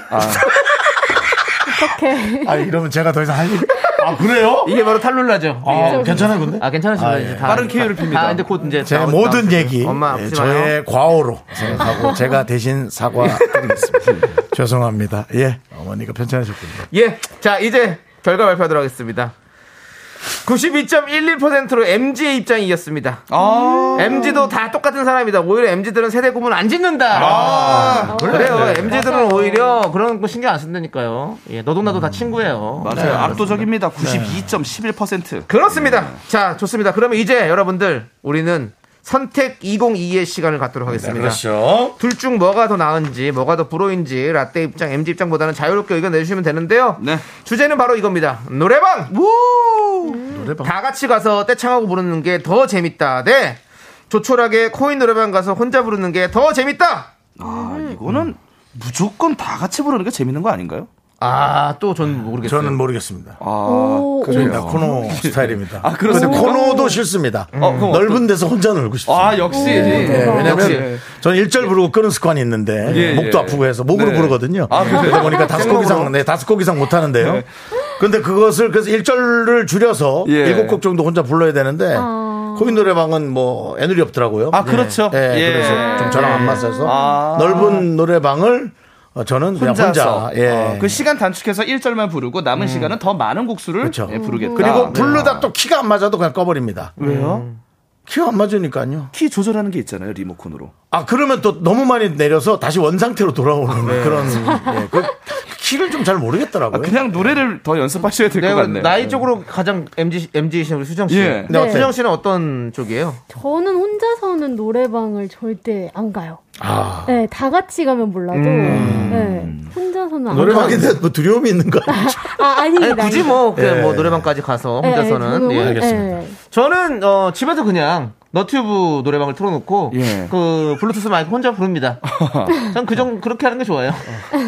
S1: 아 이러면 제가 더 이상 할 일. 아, 그래요?
S2: 이게 바로 탈룰라죠.
S1: 아,
S2: 예.
S1: 괜찮아요, 근데?
S2: 아 괜찮으십니다.
S1: 아, 예.
S2: 이제 다,
S7: 빠른 키위를 핍니다.
S2: 다 이제 곧 이제
S1: 제
S2: 나오-
S1: 모든
S2: 나오실 거예요.
S1: 얘기
S2: 엄마
S1: 예,
S2: 아프지 마요.
S1: 저의 과오로 생각하고 제가 대신 사과드리겠습니다. 죄송합니다. 예, 어머니가 편찮으셨군요.
S2: 예. 자, 이제 결과 발표하도록 하겠습니다. 92.11%로 MG의 입장이 이겼습니다.
S7: 아.
S2: MG도 다 똑같은 사람이다. 오히려 MG들은 세대 구분 안 짓는다. 그래요. MG들은 오히려 그런 거 신경 안 쓴다니까요. 예, 너도 나도 다 친구예요. 네,
S7: 맞아요. 압도적입니다. 92.11%.
S2: 그렇습니다. 자, 좋습니다. 그러면 이제 여러분들 우리는 선택 2022의 시간을 갖도록 하겠습니다.
S1: 그렇죠.
S2: 둘 중 뭐가 더 나은지, 뭐가 더 불호인지 라떼 입장, MG 입장보다는 자유롭게 의견 내주시면 되는데요.
S7: 네.
S2: 주제는 바로 이겁니다. 노래방!
S1: 노래방.
S2: 다 같이 가서 떼창하고 부르는 게 더 재밌다. 네. 조촐하게 코인 노래방 가서 혼자 부르는 게 더 재밌다.
S7: 아, 이거는 무조건 다 같이 부르는 게 재밌는 거 아닌가요?
S2: 아, 또 전 모르겠어요.
S1: 저는 모르겠습니다.
S7: 아,
S6: 오,
S1: 저는 다 코노 스타일입니다.
S7: 아,
S1: 근데
S7: 그렇습니까?
S1: 코노도 싫습니다.
S7: 그럼
S1: 넓은 데서 혼자 놀고 싶습니다.
S7: 아, 역시.
S1: 예, 왜냐면
S2: 역시.
S1: 저는 일절 부르고 끄는 습관이 있는데
S7: 예, 예.
S1: 목도 아프고 해서 목으로
S7: 네.
S1: 부르거든요. 그러다 보니까 다섯 곡 이상, 네, 다섯 곡 이상 못 하는데요. 근데 그것을 그래서 일절을 줄여서
S7: 네. 예.
S1: 일곱 곡 정도 혼자 불러야 되는데 코인 노래방은 뭐 애늘이 없더라고요.
S7: 아, 그렇죠.
S2: 네.
S1: 예,
S7: 예.
S1: 그래서 좀 저랑 안 맞아서
S7: 아.
S1: 넓은 노래방을 어, 저는 그냥 혼자
S7: 혼자서
S1: 예.
S7: 어, 그 시간 단축해서 1절만 부르고
S2: 음.
S7: 남은 시간은 더 많은 곡수를
S1: 그렇죠.
S7: 예, 부르겠다.
S1: 그리고
S7: 네. 음.
S1: 부르다 또 키가 안 맞아도 그냥 꺼버립니다.
S7: 왜요?
S1: 키가 안 맞으니까요.
S7: 키 조절하는 게 있잖아요 리모컨으로.
S1: 아 그러면 또 너무 많이 내려서 다시 원 상태로 돌아오는
S7: 네.
S1: 그런 예, 그 키를 좀 잘 모르겠더라고요.
S7: 아, 그냥 노래를 더 연습하셔야 될 것
S2: 네,
S7: 같네요. 음.
S2: 나이 쪽으로 가장 MG, MG이신 우리 수정 씨.
S7: 예.
S1: 네, 어때요?
S2: 수정 씨는 어떤 쪽이에요?
S6: 저는 혼자서는 노래방을 절대 안 가요.
S1: 아,
S6: 네, 다 같이 가면 몰라도 네, 혼자서는 안 가요.
S1: 노래방인데 뭐 두려움이 있는 거 아니죠?
S6: 아, 아닙니다.
S2: 아니, 굳이 뭐, 그
S1: 예.
S2: 뭐 노래방까지 가서
S6: 아닙니다.
S2: 혼자서는.
S6: 네,
S2: 예.
S6: 저는,
S1: 알겠습니다.
S6: 네.
S2: 저는 어, 집에서 그냥 너튜브 노래방을 틀어놓고
S7: 예.
S2: 그 블루투스 마이크 혼자 부릅니다. 전 그정 그렇게 하는 게 좋아요.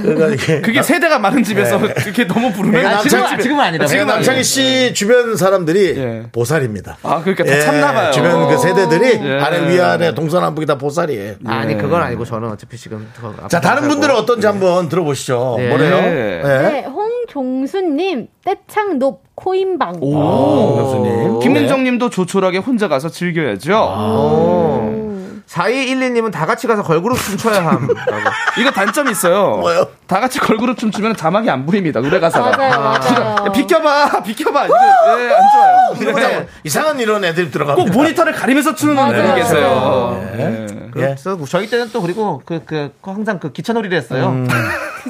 S1: 그러니까 이게
S7: 그게 세대가 많은 집에서 이렇게 너무 부르면
S2: 아,
S7: 지금
S2: 지금은, 지금은 아니다.
S1: 지금 남창희 씨 주변 사람들이
S7: 네. 예.
S1: 보살입니다. 예,
S7: 아 그러니까 다 참나 봐요.
S1: 주변 그 세대들이
S7: 예.
S1: 아래 위아래 동서남북이 다 보살이에요.
S2: 아니 그건 아니고 저는 어차피 지금
S1: 자 다른 분들은 어떤지 한번 들어보시죠.
S2: 예.
S1: 뭐래요?
S7: 예.
S1: 예.
S6: 네, 홍종수님, 떼창 높, 코인방.
S7: 오,
S1: 어, 교수님.
S7: 김민정님도 조촐하게 혼자 가서 즐겨야죠.
S2: 아.
S6: 음,
S2: 4212님은 다 같이 가서 걸그룹 춤춰야 함.
S7: 이거 단점이 있어요.
S1: 뭐요?
S7: 다 같이 걸그룹 춤추면 자막이 안 보입니다. 노래 가사가.
S6: 맞아요, 맞아요.
S7: 야, 비켜봐, 비켜봐. 이거 예, 안 좋아요.
S1: 이러고 자꾸 네. 이상한 이런 애들이 네.
S7: 꼭
S1: 들어가고
S7: 모니터를 가리면서 추는
S2: 아,
S6: 네,
S7: 분들이 계세요. 예.
S1: 그렇죠.
S2: 그래서 뭐 저희 때는 또 그리고 그, 그, 그 항상 그 기차놀이를 했어요.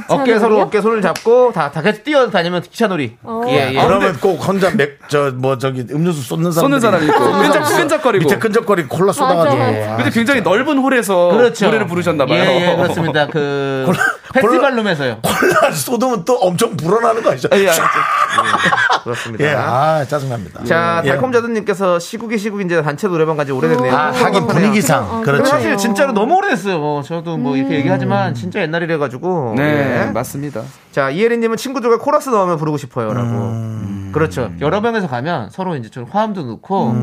S2: 어깨 서로 어깨 손을 잡고 다, 다 같이 뛰어다니면 기차놀이. 예, 예.
S1: 아, 그러면 꼭 혼자 맥 저 뭐 저기 음료수 쏟는 사람
S7: 쏘는 사람이 있고, 끈적끈적거리고.
S1: 밑에 끈적거리 고 콜라 쏟아가지고
S6: 맞아.
S1: 아,
S7: 근데 굉장히 넓은 홀에서
S2: 그렇죠.
S7: 노래를 부르셨나봐요.
S2: 예, 예, 그렇습니다. 그 페스티벌 룸에서요.
S1: 콜라 쏟으면 또 엄청 불어나는 거 아니죠?
S7: 예,
S2: 그렇습니다.
S1: 예, 아 짜증납니다.
S2: 자,
S1: 예.
S2: 달콤자두님께서 시국이 시국인지 단체 노래방 간지 오래됐네요.
S7: 음,
S1: 아, 하긴
S6: 음,
S1: 분위기상
S2: 근데
S1: 그렇죠.
S2: 사실 진짜로 너무 오래됐어요. 뭐 저도 뭐 이렇게 얘기하지만 진짜 옛날이래 가지고. 예.
S7: 네, 맞습니다.
S2: 자 이혜린님은 친구들과 코러스 넣으면 부르고 싶어요라고.
S7: 음.
S2: 그렇죠. 여러 명에서 가면 서로 이제 좀 화음도 넣고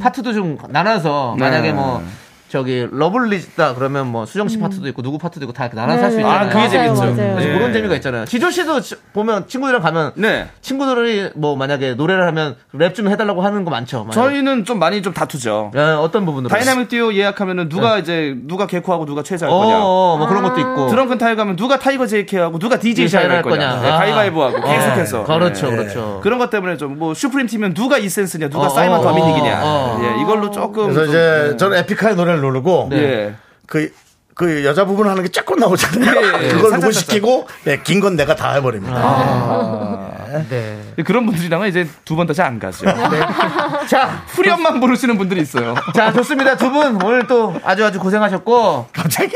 S2: 파트도 좀 나눠서
S7: 네.
S2: 만약에 뭐 저기 러블리다 그러면 뭐 수정 씨 파트도 있고 누구 파트도 있고 다 이렇게 나눠서 할 수
S6: 음. 네,
S2: 있잖아요.
S6: 네, 아, 그게 맞아요, 재밌죠. 맞아요.
S2: 그래서
S7: 예.
S2: 그런 재미가 있잖아요. 지조 씨도 지- 보면 친구들이랑 가면
S7: 네.
S2: 친구들이 뭐 만약에 노래를 하면 랩 좀 해달라고 하는 거 많죠. 만약에.
S7: 저희는 좀 많이 좀 다투죠.
S2: 예, 어떤 부분으로?
S7: 다이나믹 듀오 예약하면은 누가 이제 누가 개코하고 누가 최자할
S2: 어,
S7: 거냐.
S2: 어, 뭐 그런 것도 있고.
S7: 아. 드렁큰 타이거 하면 누가 타이거 JK하고 누가 DJ
S2: DJ
S7: 샤이할
S2: 할
S7: 거냐.
S2: 거냐.
S7: 네,
S2: 아.
S7: 가위바위보하고
S2: 예,
S7: 계속해서.
S2: 그렇죠,
S7: 예.
S2: 그렇죠.
S7: 그런 것 때문에 좀 뭐 슈프림 팀은 누가 이센스냐, 누가
S2: 어,
S7: 사이먼
S2: 어,
S7: 더미닉이냐.
S2: 어, 어.
S7: 예, 이걸로 조금.
S1: 그래서
S7: 좀-
S1: 이제 저는 에픽하의 노래를 누르고
S7: 예. 예.
S1: 그, 그 여자 부분 하는 게 조금 나오잖아요.
S7: 예, 예.
S1: 그걸 누구
S7: 살짝, 아,
S1: 시키고 예, 긴 건 내가 다 해버립니다.
S2: 네.
S7: 그런 분들이랑은 이제 두 번 다시 안 가죠. 네.
S2: 자,
S7: 후렴만 부르시는 분들이 있어요.
S2: 자 좋습니다. 두 분 오늘 또 아주 아주 고생하셨고. 예.
S1: 갑자기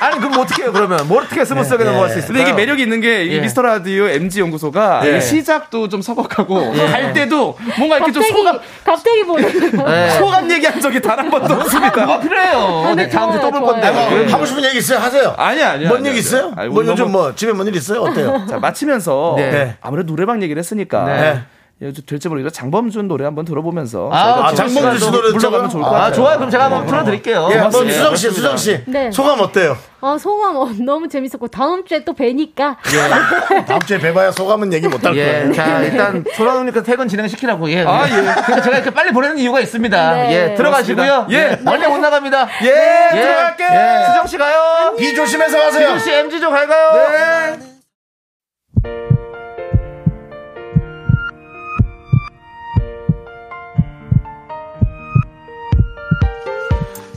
S2: 아니 그럼 어떻게 해요 그러면? 뭘 어떻게 스무스하게
S1: 네,
S2: 넘어갈
S1: 네.
S2: 수 있을까요?
S7: 근데 이게 매력이 있는 게 이
S2: 예.
S7: 미스터 라디오 MG 연구소가
S1: 예.
S7: 이 시작도 좀 서걱하고 갈 때도 뭔가 이렇게 좀
S6: 갑자기,
S7: 소감
S6: 갑자기 보는.
S2: 네.
S7: 소감 얘기한 적이 단 한 번도 없습니다.
S2: 뭐 필요해요.
S6: 근데
S2: 네, 다음 주에
S6: 좋아요,
S2: 또볼
S6: 좋아요.
S2: 건데.
S1: 뭐 하고 싶은 얘기 있어요? 하세요.
S7: 아니 예, 아니.
S1: 뭔 얘기 있어요? 뭐 요즘 뭐 집에 뭔 일 있어요? 어때요?
S7: 자, 마치면서
S2: 네.
S7: 아무래도 노래방 얘기를 했으니까
S1: 네.
S7: 요즘 될지 모르겠다. 장범준 노래 한번 들어보면서
S2: 아,
S7: 저희가 좀
S2: 장범준 씨
S7: 시간도
S2: 노래
S7: 불러가면
S2: 들어요?
S7: 좋을 것
S2: 아,
S7: 같아요.
S2: 좋아요. 그럼 제가 한번 틀어드릴게요.
S1: 예, 한번
S2: 예,
S1: 수정 씨, 수정
S2: 그렇습니다.
S1: 씨.
S6: 네.
S1: 소감 어때요?
S6: 어, 소감 어, 너무 재밌었고 다음 주에 또 뵈니까
S1: 다음 주에 뵈봐야 소감은 얘기 못 할 거예요.
S2: 예, 자 일단 소라우니까 퇴근 진행시키라고 예.
S7: 아, 예.
S2: 그래서 제가 이렇게 빨리 보내는 이유가 있습니다.
S6: 네.
S2: 예, 들어가시고요.
S7: 예.
S2: 멀리 못 나갑니다.
S7: 예, 들어갈게요.
S2: 예. 수정 씨 가요.
S1: 비 조심해서 가세요.
S2: 수정 씨 MG 좀잘 가요.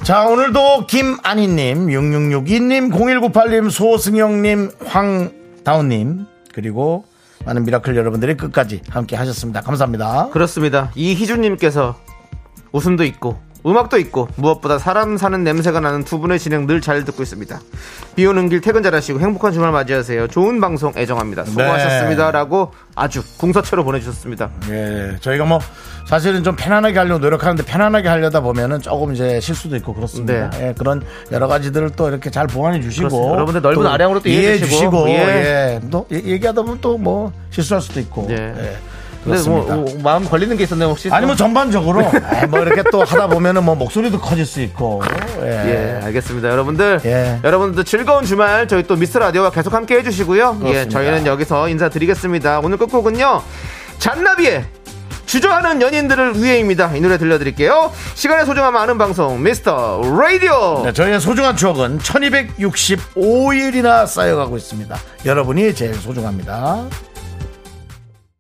S1: 자, 오늘도 김아니님, 6662님, 0198님, 소승영님, 황다운님, 그리고 많은 미라클 여러분들이 끝까지 함께 하셨습니다. 감사합니다.
S2: 그렇습니다. 이희준님께서 웃음도 있고 음악도 있고 무엇보다 사람 사는 냄새가 나는 두 분의 진행 늘 잘 듣고 있습니다. 비 오는 길 퇴근 잘하시고 행복한 주말 맞이하세요. 좋은 방송
S1: 네.
S2: 애정합니다. 수고하셨습니다라고 아주 궁서체로 보내주셨습니다.
S1: 예, 저희가 뭐 사실은 좀 편안하게 하려고 노력하는데 편안하게 하려다 보면은 조금 이제 실수도 있고 그렇습니다. 예, 그런 여러 가지들을 또 이렇게 잘 보완해 주시고
S2: 네. 그렇습니다. 여러분들 넓은 아량으로 또 이해해
S1: 주시고,
S2: 주시고,
S1: 예.
S2: 예.
S1: 또 얘- 얘기하다 보면 또 뭐 실수할 수도 있고
S2: 예.
S1: 예,
S2: 근데 뭐
S1: 그렇습니다.
S2: 어, 마음 걸리는 게 있었나요 혹시?
S1: 아니 뭐 전반적으로 아, 뭐 이렇게 또 하다 보면은 뭐 목소리도 커질 수 있고
S2: 예, 알겠습니다. 여러분들,
S1: 예.
S2: 여러분들 즐거운 주말 저희 또 미스터 라디오와 계속 함께 해주시고요.
S1: 그렇습니다.
S2: 예, 저희는 여기서 인사드리겠습니다. 오늘 끝곡은요, 잔나비의 주저하는 연인들을 위해입니다. 이 노래 들려드릴게요. 시간의 소중함 아는 방송 미스터 라디오.
S1: 네, 저희의 소중한 추억은 1265일이나 쌓여가고 있습니다. 여러분이 제일 소중합니다.